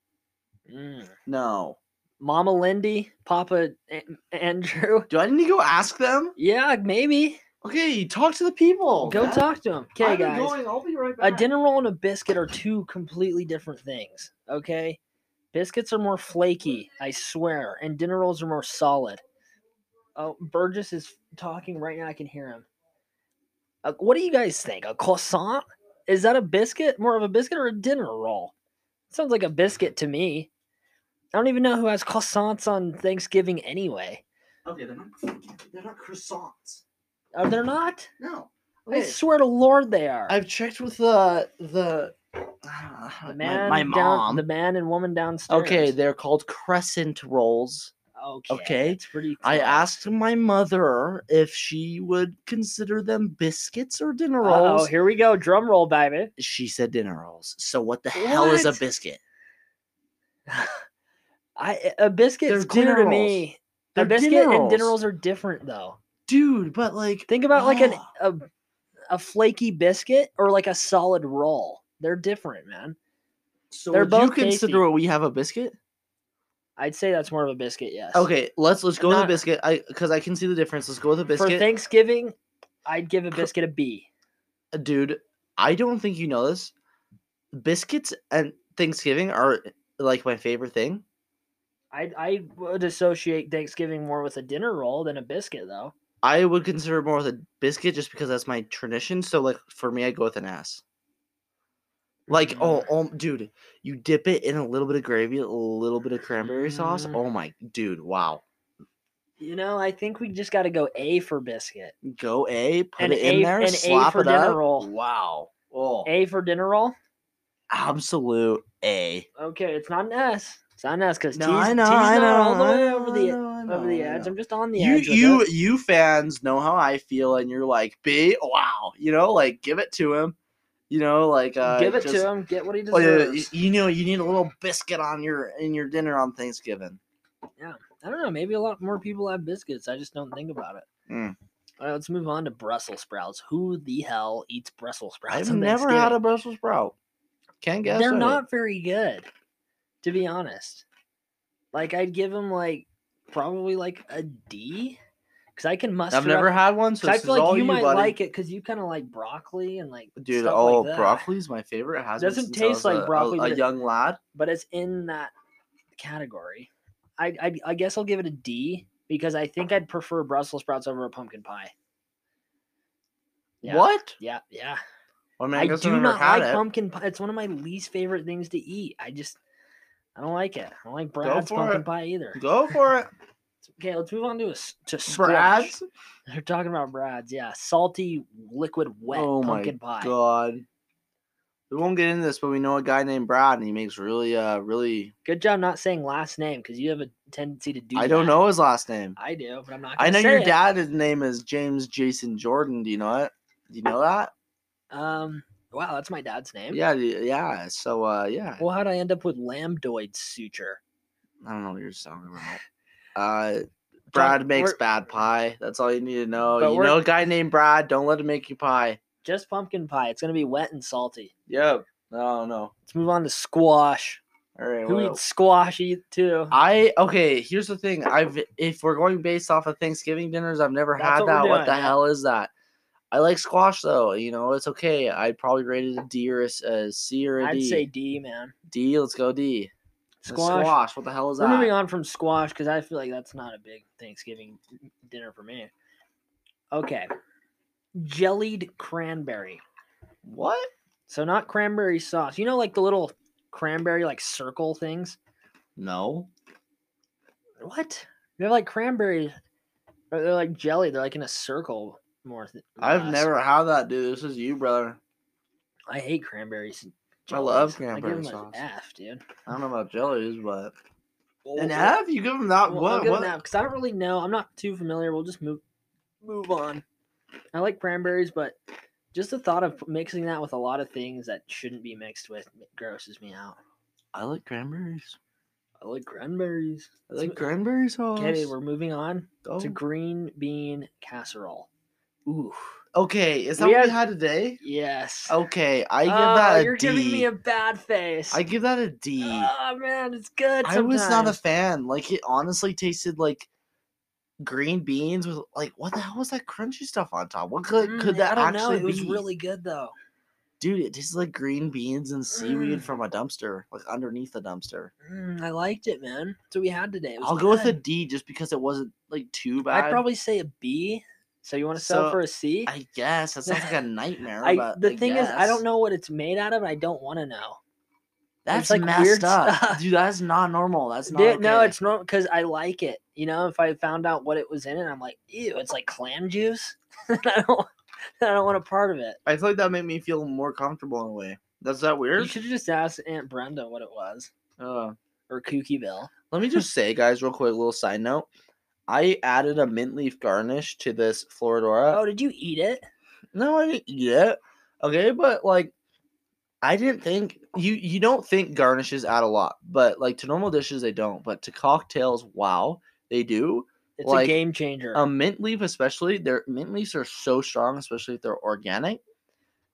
Speaker 2: Mm.
Speaker 1: no.
Speaker 2: Mama Lindy, Papa An- Andrew.
Speaker 1: Do I need to go ask them?
Speaker 2: Yeah, maybe.
Speaker 1: Okay, talk to the people.
Speaker 2: Go
Speaker 1: man.
Speaker 2: talk to him. Okay,
Speaker 1: I'm
Speaker 2: guys.
Speaker 1: Going. I'll be right
Speaker 2: A
Speaker 1: back.
Speaker 2: dinner roll and a biscuit are two completely different things. Okay, biscuits are more flaky, I swear, and dinner rolls are more solid. Oh, Burgess is talking right now. I can hear him. Uh, what do you guys think? A croissant? Is that a biscuit? More of a biscuit or a dinner roll? Sounds like a biscuit to me. I don't even know who has croissants on Thanksgiving anyway.
Speaker 1: Okay, they're not, they're not croissants.
Speaker 2: Are they not?
Speaker 1: No.
Speaker 2: I
Speaker 1: Okay.
Speaker 2: swear to Lord, they are.
Speaker 1: I've checked with the the, uh,
Speaker 2: the
Speaker 1: my,
Speaker 2: man
Speaker 1: my
Speaker 2: down-
Speaker 1: mom.
Speaker 2: the man and woman downstairs.
Speaker 1: okay, they're called crescent rolls.
Speaker 2: Okay.
Speaker 1: Okay.
Speaker 2: It's pretty.
Speaker 1: I
Speaker 2: close.
Speaker 1: asked my mother if she would consider them biscuits or dinner
Speaker 2: Oh,
Speaker 1: rolls.
Speaker 2: here we go. Drum roll, baby.
Speaker 1: she said dinner rolls. So what the hell is a
Speaker 2: What?
Speaker 1: biscuit?
Speaker 2: I a biscuit is
Speaker 1: They're
Speaker 2: clear
Speaker 1: dinner
Speaker 2: to me. A biscuit and dinner rolls are different though.
Speaker 1: dude. But like,
Speaker 2: Think about like an
Speaker 1: Ah.
Speaker 2: a a flaky biscuit or like a solid roll. They're different, man.
Speaker 1: so
Speaker 2: they're
Speaker 1: would you
Speaker 2: both tasty.
Speaker 1: consider what we have a biscuit?
Speaker 2: I'd say that's more of a biscuit, yes.
Speaker 1: Okay, let's let's go with a
Speaker 2: Not-
Speaker 1: biscuit. I because I can see the difference. Let's go with a
Speaker 2: For
Speaker 1: biscuit,
Speaker 2: Thanksgiving, I'd give a
Speaker 1: Cr-
Speaker 2: biscuit a B.
Speaker 1: Uh, dude. I don't think you know this. Biscuits and Thanksgiving are like my favorite thing.
Speaker 2: I I would associate Thanksgiving more with a dinner roll than a biscuit though.
Speaker 1: I would consider more with a biscuit just because that's my tradition. So like for me, I go with an S. Like oh,
Speaker 2: Mm.
Speaker 1: oh dude, you dip it in a little bit of gravy, a little bit of cranberry sauce.
Speaker 2: Mm.
Speaker 1: Oh my dude, wow.
Speaker 2: You know, I think we just got to go A for biscuit.
Speaker 1: Go A, put
Speaker 2: An
Speaker 1: it in
Speaker 2: A-
Speaker 1: there,
Speaker 2: an A
Speaker 1: slap
Speaker 2: for
Speaker 1: it
Speaker 2: dinner
Speaker 1: up.
Speaker 2: roll.
Speaker 1: Wow. Oh,
Speaker 2: A for dinner roll.
Speaker 1: absolute A.
Speaker 2: Okay, it's not an S. It's not an S because
Speaker 1: No,
Speaker 2: T's,
Speaker 1: I know,
Speaker 2: T's
Speaker 1: I
Speaker 2: not
Speaker 1: know,
Speaker 2: all the
Speaker 1: I
Speaker 2: way
Speaker 1: know,
Speaker 2: over
Speaker 1: I
Speaker 2: the
Speaker 1: know, I
Speaker 2: over
Speaker 1: know,
Speaker 2: the
Speaker 1: I
Speaker 2: edge.
Speaker 1: know.
Speaker 2: I'm just on the
Speaker 1: You
Speaker 2: edge. with
Speaker 1: you
Speaker 2: it.
Speaker 1: you fans know how I feel, and you're like B. Wow, you know, like give it to him. You know, like uh,
Speaker 2: give it
Speaker 1: just-
Speaker 2: to him. Get what he
Speaker 1: Oh, yeah, you,
Speaker 2: deserves.
Speaker 1: you know, you need a little biscuit on your in your dinner on Thanksgiving.
Speaker 2: I don't know. Maybe a lot more people have biscuits. I just don't think about it.
Speaker 1: Mm.
Speaker 2: All right, let's move on to Brussels sprouts. Who the hell eats Brussels sprouts?
Speaker 1: I've
Speaker 2: on
Speaker 1: never had a
Speaker 2: Thanksgiving?
Speaker 1: Brussels sprout. Can't guess.
Speaker 2: They're
Speaker 1: right.
Speaker 2: not very good, to be honest. Like I'd give them like probably like a D, because I can muster.
Speaker 1: I've never
Speaker 2: Up,
Speaker 1: had one, so
Speaker 2: 'cause I
Speaker 1: this
Speaker 2: feel
Speaker 1: is all
Speaker 2: like
Speaker 1: you,
Speaker 2: you might
Speaker 1: buddy.
Speaker 2: like it because you kind of like broccoli and like
Speaker 1: Dude,
Speaker 2: Stuff
Speaker 1: oh,
Speaker 2: like that.
Speaker 1: broccoli's my favorite. It has been
Speaker 2: Doesn't
Speaker 1: since I
Speaker 2: taste
Speaker 1: was
Speaker 2: like
Speaker 1: a- a-
Speaker 2: broccoli,
Speaker 1: A,
Speaker 2: but it-
Speaker 1: young lad.
Speaker 2: but it's in that category. I, I I guess I'll give it a D because I think I'd prefer Brussels sprouts over a pumpkin pie. Yeah.
Speaker 1: What?
Speaker 2: Yeah, yeah.
Speaker 1: Well, I, mean, I
Speaker 2: I,
Speaker 1: guess I've
Speaker 2: do
Speaker 1: never
Speaker 2: not
Speaker 1: had
Speaker 2: like
Speaker 1: it.
Speaker 2: pumpkin pie. It's one of my least favorite things to eat. I just I don't like it. I don't like
Speaker 1: Go
Speaker 2: Brad's
Speaker 1: for
Speaker 2: pumpkin
Speaker 1: it.
Speaker 2: pie either.
Speaker 1: Go for it.
Speaker 2: It's Okay, let's move on to a, s- to squash.
Speaker 1: Brad's?
Speaker 2: They're talking about Brad's. Yeah, salty liquid wet
Speaker 1: Oh my
Speaker 2: pumpkin pie.
Speaker 1: God. We won't get into this, but we know a guy named Brad, and he makes really, uh, really.
Speaker 2: Good job not saying last name because you have a tendency to do.
Speaker 1: I don't
Speaker 2: that.
Speaker 1: know his last name.
Speaker 2: I do, but I'm not. Gonna
Speaker 1: I know
Speaker 2: say
Speaker 1: your
Speaker 2: it.
Speaker 1: dad's name is James Jason Jordan. Do you know it? Do you know that?
Speaker 2: Um. Wow, that's my dad's name.
Speaker 1: Yeah, d- yeah. So, uh, yeah.
Speaker 2: Well, how'd I end up with lambdoid suture?
Speaker 1: I don't know what you're talking about. Uh, Brad makes
Speaker 2: we're-
Speaker 1: bad pie. That's all you need to
Speaker 2: But
Speaker 1: know. You
Speaker 2: we're-
Speaker 1: know a guy named Brad. Don't let him make you pie.
Speaker 2: Just pumpkin pie. It's gonna be wet and salty.
Speaker 1: Yep. No, no.
Speaker 2: Let's move on to squash.
Speaker 1: All right.
Speaker 2: Who
Speaker 1: well,
Speaker 2: eats squash? Eat too.
Speaker 1: I okay. Here's the thing. I've if we're going based off of Thanksgiving dinners, I've never
Speaker 2: That's
Speaker 1: had
Speaker 2: what we're
Speaker 1: that. what
Speaker 2: doing,
Speaker 1: the
Speaker 2: yeah.
Speaker 1: hell is that? I like squash though. You know, it's okay. I'd probably rate it a D or a, s- a C or a
Speaker 2: I'd
Speaker 1: D.
Speaker 2: say D, man.
Speaker 1: D. Let's go D.
Speaker 2: Squash.
Speaker 1: squash. What the hell is
Speaker 2: We're moving
Speaker 1: that?
Speaker 2: on from squash because I feel like that's not a big Thanksgiving dinner for me. Okay, jellied cranberry.
Speaker 1: What?
Speaker 2: So not cranberry sauce. You know, like the little cranberry like circle things.
Speaker 1: No.
Speaker 2: What? They're like cranberry. or They're like jelly. They're like in a circle. More. Th-
Speaker 1: I've
Speaker 2: uh,
Speaker 1: never had that, dude. This is you, brother.
Speaker 2: I hate cranberries. and
Speaker 1: I love
Speaker 2: jellies. I give
Speaker 1: cranberry
Speaker 2: 'em an
Speaker 1: sauce.
Speaker 2: F, dude.
Speaker 1: I don't know about jellies, but
Speaker 2: Well,
Speaker 1: an
Speaker 2: we'll-
Speaker 1: F? You give them that?
Speaker 2: we'll- I'll
Speaker 1: what?
Speaker 2: give 'em
Speaker 1: What?
Speaker 2: an F because I don't really know. I'm not too familiar. We'll just move move on. I like cranberries, but just the thought of mixing that with a lot of things that shouldn't be mixed with grosses me out.
Speaker 1: I like cranberries.
Speaker 2: I like cranberries.
Speaker 1: I like cranberry sauce. Oh,
Speaker 2: Okay, we're moving on
Speaker 1: Go.
Speaker 2: to green bean casserole. Ooh,
Speaker 1: Okay, is that
Speaker 2: We
Speaker 1: what we had
Speaker 2: had-
Speaker 1: today?
Speaker 2: yes.
Speaker 1: Okay, I give
Speaker 2: Oh,
Speaker 1: that a
Speaker 2: you're giving me
Speaker 1: D.
Speaker 2: a bad face.
Speaker 1: I give that a D.
Speaker 2: Oh man, it's good.
Speaker 1: I was not a
Speaker 2: sometimes.
Speaker 1: fan. Like it honestly tasted like green beans with like what the hell was that crunchy stuff on top? What could
Speaker 2: Mm,
Speaker 1: could that
Speaker 2: I don't know.
Speaker 1: actually
Speaker 2: It was
Speaker 1: be?
Speaker 2: really good though.
Speaker 1: Dude, it tasted like green beans and seaweed
Speaker 2: Mm.
Speaker 1: from a dumpster, like underneath the dumpster.
Speaker 2: Mm, I liked it, man. So we had today. It was
Speaker 1: I'll go with a
Speaker 2: good.
Speaker 1: D just because it wasn't like too bad.
Speaker 2: I'd probably say a B. So you want to
Speaker 1: So,
Speaker 2: sell for a C?
Speaker 1: I guess that sounds like a nightmare.
Speaker 2: I-
Speaker 1: but
Speaker 2: the
Speaker 1: I
Speaker 2: thing is, I
Speaker 1: guess.
Speaker 2: don't know what it's made out of. and I don't want to know.
Speaker 1: That's
Speaker 2: like,
Speaker 1: messed
Speaker 2: weird
Speaker 1: up,
Speaker 2: stuff.
Speaker 1: dude. That's not normal. That's not.
Speaker 2: Dude, No,
Speaker 1: okay.
Speaker 2: it's normal because I like it. You know, if I found out what it was in, and I'm like, ew, it's like clam juice. I don't, I don't want a part of it.
Speaker 1: I feel like that made me feel more comfortable in a way. That's that
Speaker 2: You
Speaker 1: weird.
Speaker 2: should have just asked Aunt Brenda what it was,
Speaker 1: Uh,
Speaker 2: or Kooky Bill.
Speaker 1: let me just say, guys, real quick, little side note. I added a mint leaf garnish to this Floridora.
Speaker 2: Oh, did you eat it?
Speaker 1: No, I didn't eat it. Okay, but like, I didn't think you you don't think garnishes add a lot, but like to normal dishes they don't, but to cocktails, wow, they do.
Speaker 2: It's
Speaker 1: Like,
Speaker 2: a game changer.
Speaker 1: Um, mint leaf, especially, their mint leaves are so strong, especially if they're organic,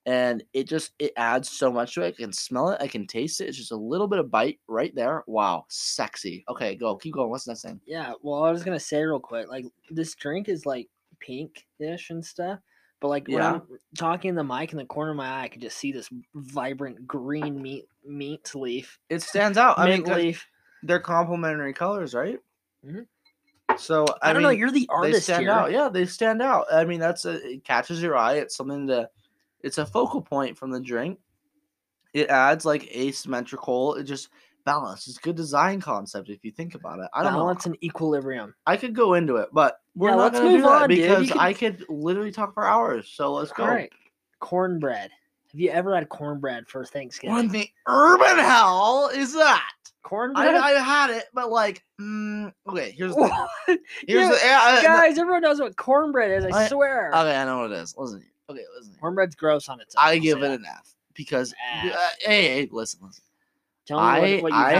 Speaker 1: and it just it adds so much to it. I can smell it, I can taste it. It's just a little bit of bite right there. Wow, sexy. Okay, go, keep going. What's next thing?
Speaker 2: Yeah, well, I was gonna say real quick, like this drink is like pink-ish and stuff, but like when
Speaker 1: Yeah.
Speaker 2: I'm talking in the mic in the corner of my eye, I could just see this vibrant green meat meat leaf,
Speaker 1: It stands out. I mean,
Speaker 2: mint
Speaker 1: 'cause
Speaker 2: leaf.
Speaker 1: they're complementary colors, right?
Speaker 2: Mhm.
Speaker 1: So
Speaker 2: I,
Speaker 1: I,
Speaker 2: don't know.
Speaker 1: mean,
Speaker 2: You're the
Speaker 1: they
Speaker 2: artist
Speaker 1: stand
Speaker 2: here.
Speaker 1: out. Yeah, they stand out. I mean, that's a, it catches your eye. It's something to, it's a focal point from the drink. It adds like asymmetrical. It just balance. It's good design concept if you think about it. I don't know.
Speaker 2: Balance and equilibrium.
Speaker 1: I could go into it, but we're
Speaker 2: Yeah,
Speaker 1: not
Speaker 2: let's
Speaker 1: gonna
Speaker 2: move
Speaker 1: do that
Speaker 2: on, dude. You
Speaker 1: because
Speaker 2: can-
Speaker 1: I could literally talk for hours. So let's go.
Speaker 2: All right, cornbread. Have you ever had cornbread for Thanksgiving?
Speaker 1: What in the urban hell is that?
Speaker 2: cornbread.
Speaker 1: I, I had it, but like, mm, okay. Here's the thing.
Speaker 2: What?
Speaker 1: here's
Speaker 2: Yeah,
Speaker 1: the yeah, I-
Speaker 2: Guys, everyone knows what cornbread is. I,
Speaker 1: I-
Speaker 2: swear.
Speaker 1: Okay, I know what it is. Listen. here. Okay, listen. here.
Speaker 2: cornbread's gross on its own.
Speaker 1: I
Speaker 2: I'll
Speaker 1: give
Speaker 2: say
Speaker 1: it
Speaker 2: that.
Speaker 1: an F because uh,
Speaker 2: F.
Speaker 1: hey, hey, listen, listen.
Speaker 2: Tell me
Speaker 1: I
Speaker 2: what, what you
Speaker 1: I
Speaker 2: have.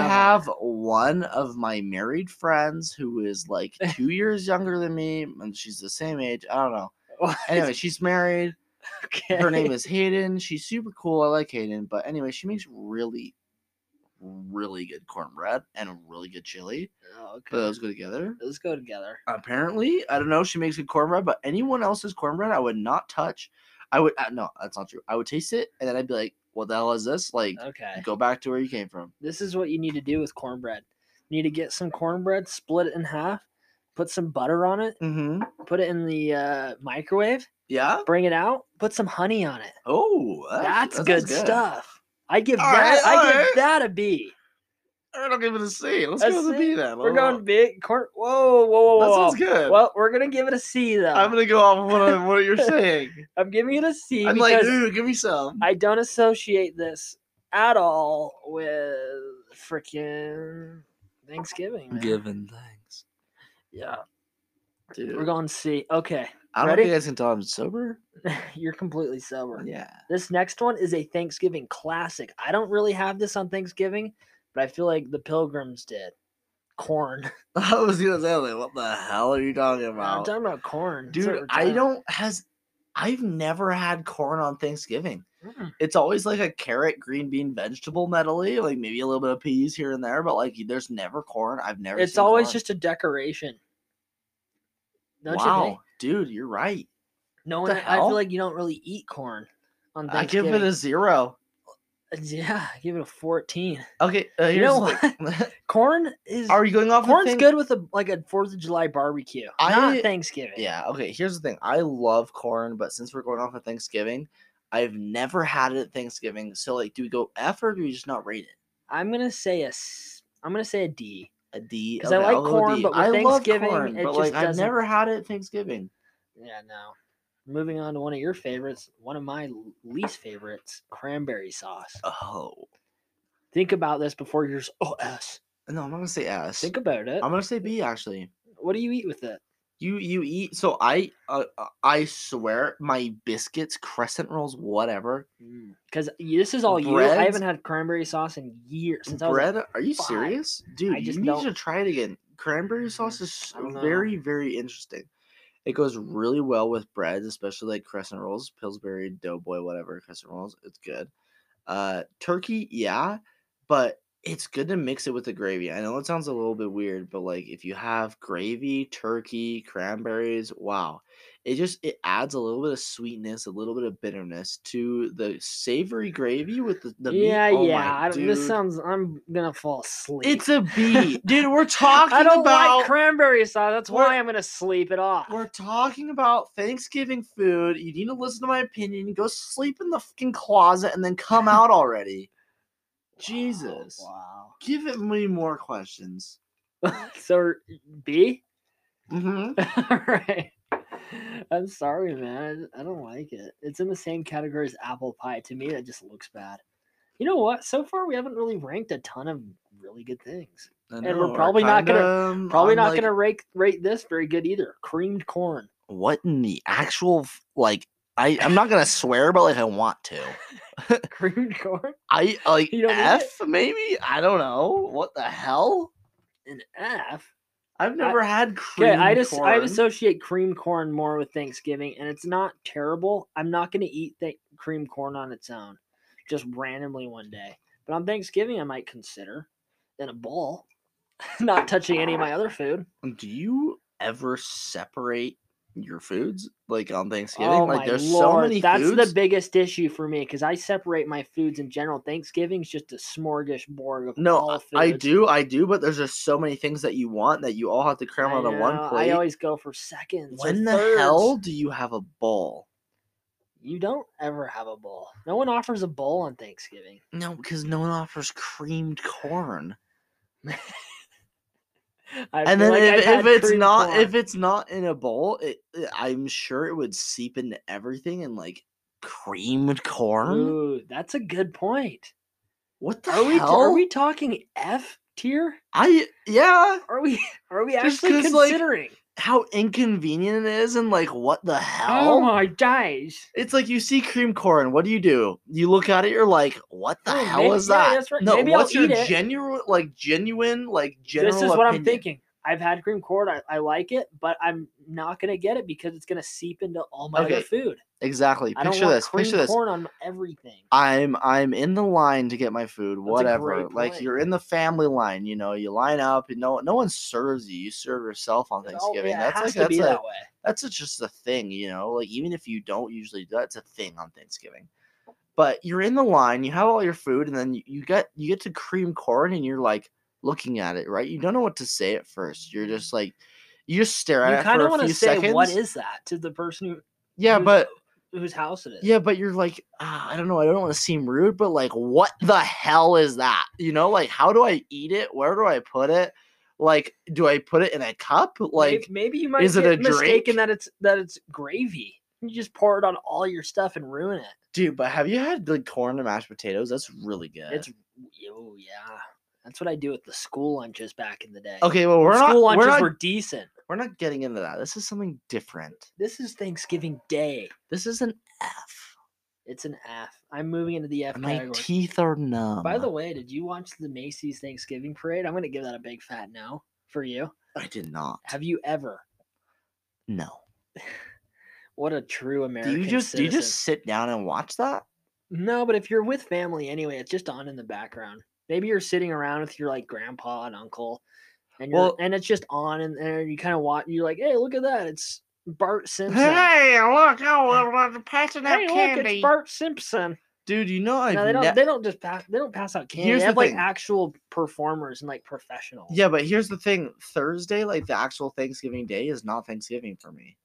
Speaker 1: have
Speaker 2: on it.
Speaker 1: one of my married friends who is like two years younger than me, and she's the same age. I don't know.
Speaker 2: What?
Speaker 1: Anyway, she's married.
Speaker 2: okay.
Speaker 1: Her name is Hayden. She's super cool. I like Hayden, but anyway, she makes really, really good cornbread and a really good chili.
Speaker 2: Oh,
Speaker 1: But
Speaker 2: okay.
Speaker 1: those go together.
Speaker 2: Let's go together.
Speaker 1: apparently i don't know if she makes good cornbread but anyone else's cornbread i would not touch i would uh, no that's not true i would taste it and then i'd be like what the hell is this like
Speaker 2: Okay.
Speaker 1: go back to where you came from
Speaker 2: This is what you need to do with cornbread. You need to get some cornbread, split it in half, put some butter on it,
Speaker 1: mm-hmm
Speaker 2: put it in the uh, microwave,
Speaker 1: yeah
Speaker 2: bring it out, put some honey on it.
Speaker 1: oh
Speaker 2: That's
Speaker 1: that
Speaker 2: good,
Speaker 1: sounds
Speaker 2: stuff. I give
Speaker 1: All right,
Speaker 2: that
Speaker 1: all
Speaker 2: I give
Speaker 1: right.
Speaker 2: that a B.
Speaker 1: We're not giving it a C. Let's
Speaker 2: A
Speaker 1: give it a
Speaker 2: C?
Speaker 1: B then.
Speaker 2: We're
Speaker 1: Whoa,
Speaker 2: going big. Cor- whoa, whoa, whoa,
Speaker 1: whoa.
Speaker 2: whoa.
Speaker 1: That
Speaker 2: whoa.
Speaker 1: sounds good.
Speaker 2: Well, we're gonna give it a C though.
Speaker 1: I'm
Speaker 2: I'm,
Speaker 1: gonna go off of what, I, what you're saying.
Speaker 2: giving it a C
Speaker 1: I'm like,
Speaker 2: because
Speaker 1: dude, give me some.
Speaker 2: I don't associate this at all with freaking Thanksgiving. Man.
Speaker 1: Giving thanks,
Speaker 2: Yeah,
Speaker 1: dude.
Speaker 2: we're going C. Okay,
Speaker 1: I don't
Speaker 2: ready?
Speaker 1: know if you guys can tell I'm sober.
Speaker 2: you're completely sober.
Speaker 1: Yeah.
Speaker 2: This next one is a Thanksgiving classic. I don't really have this on Thanksgiving, but I feel like the Pilgrims did. Corn.
Speaker 1: I was gonna say, like, what the hell are you talking
Speaker 2: I'm
Speaker 1: about?
Speaker 2: talking about corn. That's what
Speaker 1: Dude,
Speaker 2: we're
Speaker 1: I
Speaker 2: talking-
Speaker 1: don't has I've never had corn on Thanksgiving.
Speaker 2: Mm-mm.
Speaker 1: It's always like a carrot, green bean, vegetable medley, like maybe a little bit of peas here and there, but like there's never corn. I've never
Speaker 2: It's
Speaker 1: seen
Speaker 2: always
Speaker 1: corn.
Speaker 2: just a decoration. Don't you think?
Speaker 1: Wow, dude, you're right.
Speaker 2: No
Speaker 1: the
Speaker 2: one. I
Speaker 1: hell?
Speaker 2: feel like you don't really eat corn on
Speaker 1: I give
Speaker 2: Thanksgiving.
Speaker 1: it a zero.
Speaker 2: yeah, I give it a fourteen.
Speaker 1: Okay, uh, here's
Speaker 2: You know
Speaker 1: the thing.
Speaker 2: Corn is
Speaker 1: Are you going off? of
Speaker 2: corn's
Speaker 1: thing-
Speaker 2: good with a like a Fourth of July barbecue,
Speaker 1: I-
Speaker 2: not Thanksgiving.
Speaker 1: Yeah. Okay. Here's the thing. I love corn, but since we're going off of Thanksgiving, I've never had it at Thanksgiving. So like, do we go F or do we just not rate it?
Speaker 2: I'm gonna say a. s- I'm gonna say a D.
Speaker 1: A D.
Speaker 2: 'Cause I like
Speaker 1: I'll go
Speaker 2: corn,
Speaker 1: D.
Speaker 2: but with
Speaker 1: I
Speaker 2: Thanksgiving,
Speaker 1: love corn,
Speaker 2: it
Speaker 1: but
Speaker 2: just
Speaker 1: like I've
Speaker 2: doesn't-
Speaker 1: never had it at Thanksgiving.
Speaker 2: Yeah, no. Moving on to one of your favorites, one of my l- least favorites, cranberry sauce.
Speaker 1: Oh
Speaker 2: Think about this before you're. s- Oh, S.
Speaker 1: no, I'm not gonna say S.
Speaker 2: Think about it.
Speaker 1: I'm gonna say B actually.
Speaker 2: What do you eat with it?
Speaker 1: You you eat so I uh, uh, I swear my biscuits, crescent rolls, whatever
Speaker 2: Because Mm, this is all you.
Speaker 1: Breads?
Speaker 2: I haven't had cranberry sauce in years since I was.
Speaker 1: bread.
Speaker 2: like,
Speaker 1: are you
Speaker 2: five.
Speaker 1: serious, dude?
Speaker 2: I
Speaker 1: you
Speaker 2: just
Speaker 1: need
Speaker 2: don't-
Speaker 1: to try it again. Cranberry
Speaker 2: Mm,
Speaker 1: sauce is
Speaker 2: I don't know.
Speaker 1: very very interesting. It goes really well with breads, especially like crescent rolls, Pillsbury, Doughboy, whatever crescent rolls. It's good. Uh, turkey, yeah, but it's good to mix it with the gravy. I know it sounds a little bit weird, but like if you have gravy, turkey, cranberries, wow, it just it adds a little bit of sweetness, a little bit of bitterness to the savory gravy with the, the meat.
Speaker 2: yeah,
Speaker 1: Oh my
Speaker 2: yeah. I don't, this
Speaker 1: dude.
Speaker 2: sounds. I'm gonna fall asleep.
Speaker 1: It's a B, dude. We're talking
Speaker 2: I don't
Speaker 1: about
Speaker 2: like cranberry sauce. That's
Speaker 1: We're-
Speaker 2: why I'm gonna sleep it off.
Speaker 1: we're talking about Thanksgiving food. You need to listen to my opinion. Go sleep in the fucking closet and then come out already. Oh, Jesus,
Speaker 2: Wow.
Speaker 1: give it me more questions.
Speaker 2: wow. so B.
Speaker 1: Mm-hmm.
Speaker 2: All right. I'm sorry, man. I don't like it. It's in the same category as apple pie. To me, that just looks bad. You know what? So far, we haven't really ranked a ton of really good things. And we're probably not gonna-
Speaker 1: Mm,
Speaker 2: Probably not gonna rate rate this very good either. Creamed corn.
Speaker 1: What in the actual f- like? I I'm not gonna swear, but like I want to.
Speaker 2: Creamed corn.
Speaker 1: I like
Speaker 2: You don't need it?
Speaker 1: F maybe. I don't know. What the hell?
Speaker 2: An F.
Speaker 1: I've never had cream.
Speaker 2: Okay, I just I
Speaker 1: corn.
Speaker 2: associate cream corn more with Thanksgiving, and it's not terrible. I'm not gonna eat th- cream corn on its own, just randomly one day. But on Thanksgiving, I might consider in a bowl, not touching any of my other food.
Speaker 1: Um, Do you ever separate your foods like on Thanksgiving?
Speaker 2: oh
Speaker 1: like
Speaker 2: my
Speaker 1: there's so
Speaker 2: lord,
Speaker 1: many
Speaker 2: that's
Speaker 1: foods.
Speaker 2: the biggest issue for me because I separate my foods in general. Thanksgiving's just a smorgasbord of
Speaker 1: no,
Speaker 2: all
Speaker 1: I- I
Speaker 2: foods.
Speaker 1: do, I do, but there's just so many things that you want that you all have to cram
Speaker 2: I
Speaker 1: onto
Speaker 2: know,
Speaker 1: one plate.
Speaker 2: I always go for seconds. or
Speaker 1: when the
Speaker 2: thirds.
Speaker 1: hell do you have a bowl?
Speaker 2: You don't ever have a bowl. No one offers a bowl on Thanksgiving.
Speaker 1: No, because no one offers creamed corn.
Speaker 2: I
Speaker 1: And
Speaker 2: feel
Speaker 1: then
Speaker 2: like I've
Speaker 1: if,
Speaker 2: had
Speaker 1: if it's
Speaker 2: cream
Speaker 1: not
Speaker 2: corn.
Speaker 1: if it's not in a bowl, it, it- I'm sure it would seep into everything and like creamed corn.
Speaker 2: Ooh, that's a good point.
Speaker 1: What the
Speaker 2: Are we
Speaker 1: hell?
Speaker 2: are we talking F tier?
Speaker 1: I yeah.
Speaker 2: Are we are we
Speaker 1: Just
Speaker 2: actually
Speaker 1: 'cause, like,
Speaker 2: considering?
Speaker 1: how inconvenient it is and like what the hell?
Speaker 2: oh my days!
Speaker 1: It's like you see cream corn. What do you do? You look at it. You're like, what the
Speaker 2: Oh,
Speaker 1: hell
Speaker 2: maybe-
Speaker 1: is
Speaker 2: yeah,
Speaker 1: that?
Speaker 2: that's right.
Speaker 1: No,
Speaker 2: Maybe I'll
Speaker 1: what's your
Speaker 2: eat it.
Speaker 1: genuine, like genuine, like general?
Speaker 2: This is what I'm
Speaker 1: opinion?
Speaker 2: thinking. I've had cream corn. I, I like it, but I'm not gonna get it because it's gonna seep into all my
Speaker 1: Okay,
Speaker 2: other food.
Speaker 1: Exactly.
Speaker 2: I don't
Speaker 1: Picture
Speaker 2: want
Speaker 1: this.
Speaker 2: cream
Speaker 1: Picture this.
Speaker 2: corn on everything.
Speaker 1: I'm I'm in the line to get my food. Whatever.
Speaker 2: great
Speaker 1: Like
Speaker 2: point.
Speaker 1: you're in the family line. You know, you line up. And no no one serves you. You serve yourself on
Speaker 2: It all-
Speaker 1: Thanksgiving.
Speaker 2: Oh, yeah, it has
Speaker 1: that's
Speaker 2: to
Speaker 1: like
Speaker 2: be
Speaker 1: that's a,
Speaker 2: that way.
Speaker 1: that's a, just a thing, you know. Like even if you don't usually do that, it's a thing on Thanksgiving. But you're in the line, you have all your food, and then you, you get you get to cream corn, and you're like looking at it, right? You don't know what to say at first. You're just like you just stare at
Speaker 2: You
Speaker 1: it
Speaker 2: kind of
Speaker 1: for
Speaker 2: want
Speaker 1: a
Speaker 2: to
Speaker 1: few
Speaker 2: say
Speaker 1: seconds.
Speaker 2: what is that to the person who
Speaker 1: yeah,
Speaker 2: who-
Speaker 1: but
Speaker 2: whose house it is.
Speaker 1: Yeah, but you're like, ah, I don't know. I don't want to seem rude, but like, what the hell is that? You know, like, how do I eat it? Where do I put it? Like, do I put it in a cup?
Speaker 2: May-
Speaker 1: Like,
Speaker 2: maybe you might
Speaker 1: is it
Speaker 2: get
Speaker 1: a drink?
Speaker 2: mistaken that it's that it's gravy. You just pour it on all your stuff and ruin it.
Speaker 1: dude, but have you had like corn and mashed potatoes? That's really good.
Speaker 2: It's oh yeah, that's what I do at the school lunches back in the day.
Speaker 1: okay. Well, we're not
Speaker 2: school
Speaker 1: we're
Speaker 2: lunches
Speaker 1: not
Speaker 2: were decent.
Speaker 1: we're not getting into that. This is something different.
Speaker 2: This is Thanksgiving Day.
Speaker 1: This is an F.
Speaker 2: It's an F. I'm moving into the F
Speaker 1: My
Speaker 2: category.
Speaker 1: teeth are numb.
Speaker 2: By the way, did you watch the Macy's Thanksgiving Parade? I'm gonna give that a big fat no for you.
Speaker 1: I did not.
Speaker 2: Have you ever?
Speaker 1: No.
Speaker 2: What a true
Speaker 1: Do
Speaker 2: American.
Speaker 1: you just do you
Speaker 2: citizen.
Speaker 1: just sit down and watch that?
Speaker 2: No, but if you're with family anyway, it's just on in the background. Maybe you're sitting around with your like grandpa and uncle, and you're,
Speaker 1: Well-
Speaker 2: and it's just on in there. And you kind of watch. You're like, hey, look at that! It's Bart Simpson.
Speaker 1: look! Oh, we're passing
Speaker 2: Hey, look, it's Bart Simpson.
Speaker 1: Dude, you know I've
Speaker 2: No, they don't.
Speaker 1: ne-
Speaker 2: they don't just pass. They don't pass out candy.
Speaker 1: Here's
Speaker 2: they
Speaker 1: the
Speaker 2: have like
Speaker 1: thing.
Speaker 2: actual performers and like professionals.
Speaker 1: Yeah, but here's the thing: Thursday, like the actual Thanksgiving day, is not Thanksgiving for me.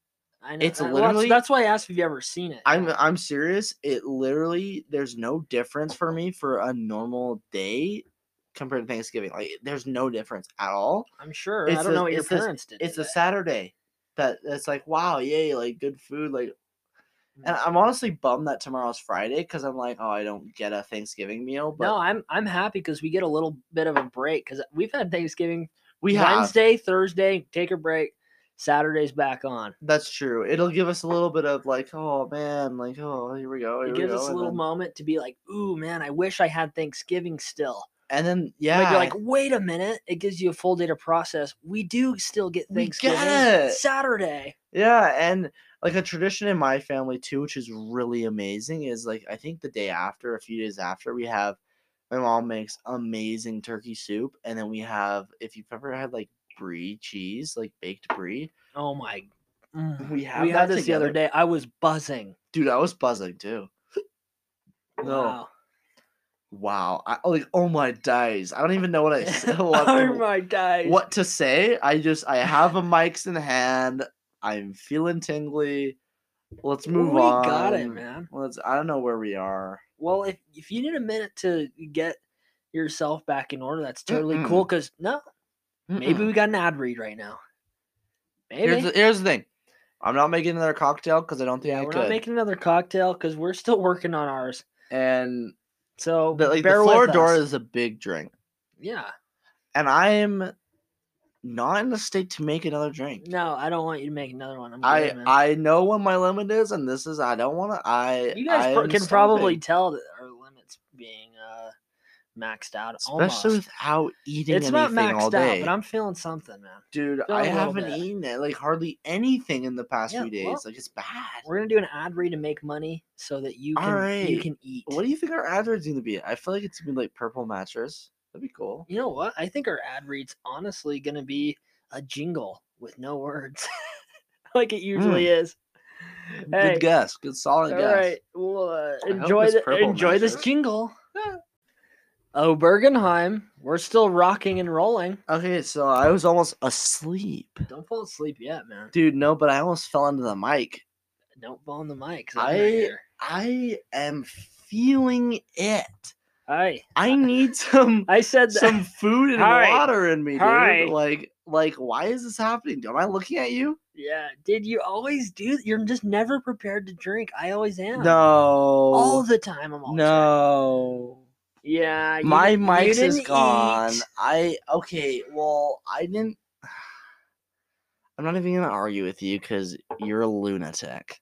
Speaker 2: I know.
Speaker 1: it's
Speaker 2: I- well, that's-
Speaker 1: literally-
Speaker 2: that's, why I asked if you have ever seen it.
Speaker 1: I'm uh, I'm serious. It literally there's no difference for me for a normal day compared to Thanksgiving. Like there's no difference at all.
Speaker 2: I'm sure. I
Speaker 1: it's
Speaker 2: don't
Speaker 1: a-
Speaker 2: know what your
Speaker 1: it's a-
Speaker 2: parents did.
Speaker 1: It's a
Speaker 2: today.
Speaker 1: Saturday that it's like wow, yay, like good food, like. And
Speaker 2: Mm.
Speaker 1: I'm honestly bummed that tomorrow's Friday because I'm like, oh, I don't get a Thanksgiving meal. But
Speaker 2: No, I'm I'm happy because we get a little bit of a break because we've had Thanksgiving
Speaker 1: we have
Speaker 2: Wednesday, Thursday, take a break. Saturday's back on.
Speaker 1: That's true. It'll give us a little bit of like, oh man, like oh here we go. Here
Speaker 2: It
Speaker 1: we
Speaker 2: gives
Speaker 1: go.
Speaker 2: us a
Speaker 1: and
Speaker 2: little
Speaker 1: then-
Speaker 2: moment to be like, "Ooh, man, I wish I had Thanksgiving still."
Speaker 1: And then
Speaker 2: But
Speaker 1: yeah,
Speaker 2: you're like, "Wait a minute!" It gives you a full day to process. We do still get
Speaker 1: We
Speaker 2: Thanksgiving
Speaker 1: get it.
Speaker 2: Saturday.
Speaker 1: yeah, and like a tradition in my family too, which is really amazing, is like I think the day after, a few days after, we have my mom makes amazing turkey soup, and then we have if you've ever had like brie cheese, like baked brie,
Speaker 2: Oh my! Mm.
Speaker 1: We have
Speaker 2: we had
Speaker 1: that
Speaker 2: this the other
Speaker 1: together.
Speaker 2: day. I was buzzing.
Speaker 1: dude, I was buzzing too. No, wow,
Speaker 2: Wow.
Speaker 1: I, like oh my days, I don't even know what I said. what-
Speaker 2: oh my days!
Speaker 1: what to say. I just I have a mics in hand. I'm feeling tingly. Let's move
Speaker 2: we
Speaker 1: on.
Speaker 2: got it, man.
Speaker 1: Let's. I don't know where we are.
Speaker 2: Well, if if you need a minute to get yourself back in order, that's totally
Speaker 1: Mm-mm.
Speaker 2: cool. Because no, Maybe
Speaker 1: Mm-mm.
Speaker 2: we got an ad read right now. Maybe.
Speaker 1: here's the, here's the thing. I'm not making another cocktail because I don't think
Speaker 2: yeah,
Speaker 1: I
Speaker 2: we're
Speaker 1: could.
Speaker 2: not making another cocktail because we're still working on ours.
Speaker 1: and
Speaker 2: So
Speaker 1: the, like, the
Speaker 2: Oh, bear with
Speaker 1: Floridor
Speaker 2: us.
Speaker 1: is a big drink,
Speaker 2: Yeah.
Speaker 1: and I am not in the state to make another drink.
Speaker 2: No, I don't want you to make another one. I'm good,
Speaker 1: I
Speaker 2: man.
Speaker 1: I know what my limit is, and this is I don't want to. I
Speaker 2: you guys
Speaker 1: I
Speaker 2: pro-
Speaker 1: am
Speaker 2: can probably
Speaker 1: starving,
Speaker 2: tell that our limits being uh, maxed out.
Speaker 1: especially
Speaker 2: almost.
Speaker 1: without eating
Speaker 2: it's not
Speaker 1: anything all
Speaker 2: maxed out,
Speaker 1: day.
Speaker 2: but I'm feeling something, man.
Speaker 1: Dude,
Speaker 2: Feel
Speaker 1: I
Speaker 2: a little
Speaker 1: haven't
Speaker 2: bit.
Speaker 1: eaten it, like hardly anything in the past
Speaker 2: Yeah,
Speaker 1: few days.
Speaker 2: well,
Speaker 1: like it's bad.
Speaker 2: We're gonna do an ad read to make money so that you
Speaker 1: All
Speaker 2: can you
Speaker 1: right.
Speaker 2: can eat.
Speaker 1: What do you think our ad reads gonna be? I feel like it's gonna be like purple mattress. That'd be cool.
Speaker 2: you know what? I think our ad reads honestly gonna be a jingle with no words, like it usually
Speaker 1: Hmm.
Speaker 2: is. Hey,
Speaker 1: Good guess. Good solid
Speaker 2: all
Speaker 1: guess.
Speaker 2: right, well, uh,
Speaker 1: I hope
Speaker 2: enjoy
Speaker 1: this
Speaker 2: the
Speaker 1: purple
Speaker 2: enjoy this
Speaker 1: matches.
Speaker 2: jingle. oh, Bergenheim, we're still rocking and rolling.
Speaker 1: Okay, so I was almost asleep.
Speaker 2: Don't fall asleep yet, man.
Speaker 1: Dude, no, but I almost fell into the mic.
Speaker 2: Don't fall on the mic. 'cause I'm right
Speaker 1: I
Speaker 2: here.
Speaker 1: I am feeling it.
Speaker 2: Hi.
Speaker 1: I need some
Speaker 2: I said that.
Speaker 1: some food and
Speaker 2: Hi.
Speaker 1: water in me, dude.
Speaker 2: Hi.
Speaker 1: Like like why is this happening? Am I looking at you?
Speaker 2: yeah, did you always do? You're just never prepared to drink. I always am.
Speaker 1: No.
Speaker 2: all the time. I'm always ready.
Speaker 1: No.
Speaker 2: Yeah, you
Speaker 1: My
Speaker 2: didn't- you
Speaker 1: mics
Speaker 2: didn't
Speaker 1: is
Speaker 2: eat.
Speaker 1: gone. I okay, well, I didn't I'm not even gonna argue with you because you're a lunatic.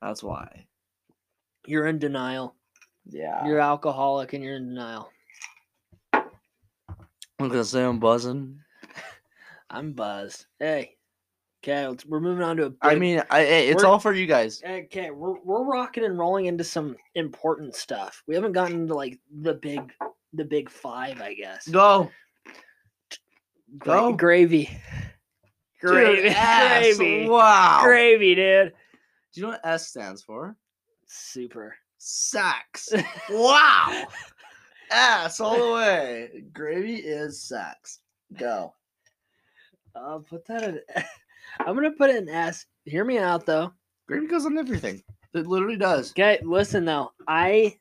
Speaker 1: That's why.
Speaker 2: You're in denial.
Speaker 1: Yeah.
Speaker 2: You're alcoholic and you're in denial.
Speaker 1: I'm gonna say I'm buzzing.
Speaker 2: I'm buzzed. Hey, okay, let's, we're moving on to a.
Speaker 1: I
Speaker 2: big-
Speaker 1: mean, I, hey, it's
Speaker 2: We're-
Speaker 1: all for you guys.
Speaker 2: okay, we're we're rocking and rolling into some important stuff. We haven't gotten into like the big, the big five, I guess.
Speaker 1: Go.
Speaker 2: Gra-
Speaker 1: go.
Speaker 2: gravy,
Speaker 1: Dude,
Speaker 2: Gravy.
Speaker 1: yes,
Speaker 2: Gravy.
Speaker 1: Wow.
Speaker 2: gravy, dude.
Speaker 1: Do you know what S stands for?
Speaker 2: Super.
Speaker 1: Sex. wow. Ass all the way. Gravy is sex. Go.
Speaker 2: I'll put that in. I'm gonna put it in S. Hear me out though.
Speaker 1: Gravy goes on everything. It literally does.
Speaker 2: Okay, listen though. I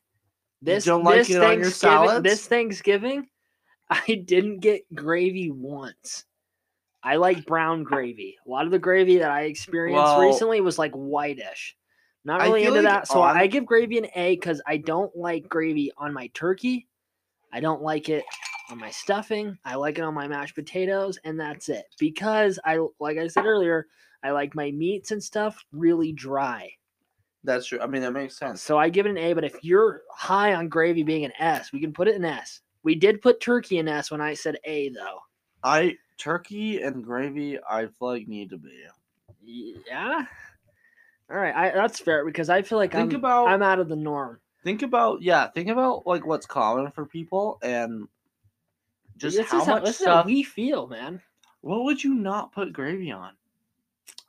Speaker 2: this
Speaker 1: don't like
Speaker 2: this
Speaker 1: it on your
Speaker 2: Thanksgiving-
Speaker 1: salads?
Speaker 2: This Thanksgiving, I didn't get gravy once. I like brown gravy. A lot of the gravy that I experienced
Speaker 1: Well-
Speaker 2: recently was like whitish. Not
Speaker 1: I
Speaker 2: really
Speaker 1: feel
Speaker 2: into
Speaker 1: like
Speaker 2: that. So
Speaker 1: on-
Speaker 2: I give gravy an A because I don't like gravy on my turkey. I don't like it on my stuffing. I like it on my mashed potatoes, and that's it. Because I like I said earlier, I like my meats and stuff really dry.
Speaker 1: That's true. I mean, that makes sense.
Speaker 2: So I give it an A, but if you're high on gravy being an S, we can put it in S. We did put turkey in S when I said A though.
Speaker 1: I turkey and gravy. I feel like need to be.
Speaker 2: Yeah. All right, I, that's fair because I feel like
Speaker 1: Think
Speaker 2: I'm
Speaker 1: about-
Speaker 2: I'm out of the norm.
Speaker 1: Think about yeah. Think about like what's common for people and just
Speaker 2: this
Speaker 1: how
Speaker 2: is
Speaker 1: much
Speaker 2: this is
Speaker 1: stuff.
Speaker 2: we feel, man.
Speaker 1: What would you not put gravy on?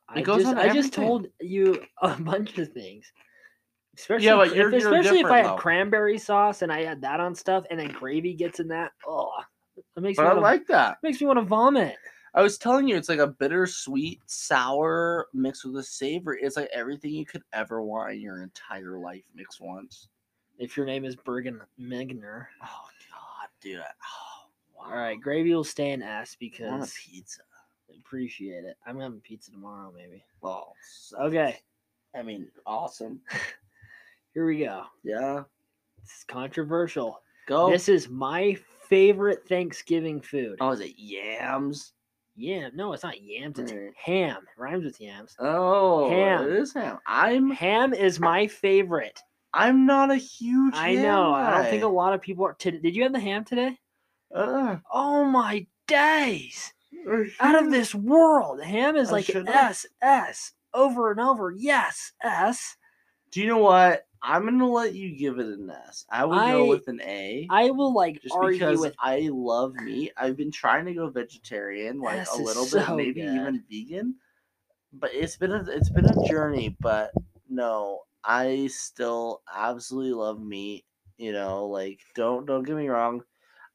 Speaker 2: I
Speaker 1: It goes
Speaker 2: just
Speaker 1: on
Speaker 2: I just
Speaker 1: everything.
Speaker 2: told you a bunch of things. Especially
Speaker 1: but
Speaker 2: if-
Speaker 1: you're- you're
Speaker 2: especially if I
Speaker 1: different,
Speaker 2: had
Speaker 1: though.
Speaker 2: cranberry sauce and I had that on stuff and then gravy gets in that. Oh, that makes
Speaker 1: But
Speaker 2: me
Speaker 1: I
Speaker 2: wanna,
Speaker 1: like that.
Speaker 2: makes me want to vomit.
Speaker 1: I was telling you, it's like a bittersweet, sour mixed with a savory. It's like everything you could ever want in your entire life mixed once.
Speaker 2: If your name is Bergen Megner.
Speaker 1: Oh god, dude! Oh,
Speaker 2: All right, gravy will stay in S
Speaker 1: I want a
Speaker 2: because
Speaker 1: pizza.
Speaker 2: I appreciate it. I'm having pizza tomorrow, maybe.
Speaker 1: Oh, so-
Speaker 2: Okay,
Speaker 1: I mean, awesome.
Speaker 2: here we go.
Speaker 1: Yeah,
Speaker 2: This is controversial.
Speaker 1: go.
Speaker 2: This is my favorite Thanksgiving food.
Speaker 1: oh, is it yams?
Speaker 2: Yam? No, it's not yams. It's
Speaker 1: Alright.
Speaker 2: ham. It rhymes with yams.
Speaker 1: Oh,
Speaker 2: Ham.
Speaker 1: It is ham. I'm
Speaker 2: Ham is my favorite.
Speaker 1: I'm not a huge.
Speaker 2: I
Speaker 1: ham
Speaker 2: know. I don't think a
Speaker 1: guy.
Speaker 2: lot of people are. Did, did you have the ham today?
Speaker 1: Uh,
Speaker 2: Oh my days!
Speaker 1: a
Speaker 2: Out of
Speaker 1: huge-
Speaker 2: this world. Ham is
Speaker 1: I
Speaker 2: like
Speaker 1: should have-
Speaker 2: S S over and over. Yes S.
Speaker 1: Do you know what? I'm gonna let you give it an S. I would go
Speaker 2: I-
Speaker 1: with an A.
Speaker 2: I will like
Speaker 1: just
Speaker 2: argue
Speaker 1: because
Speaker 2: with
Speaker 1: I love meat. I've been trying to go vegetarian, like
Speaker 2: This
Speaker 1: a
Speaker 2: is
Speaker 1: little
Speaker 2: so
Speaker 1: bit, maybe
Speaker 2: good.
Speaker 1: even vegan. But it's been a it's been a journey. But no, I still absolutely love meat. You know, like don't don't get me wrong.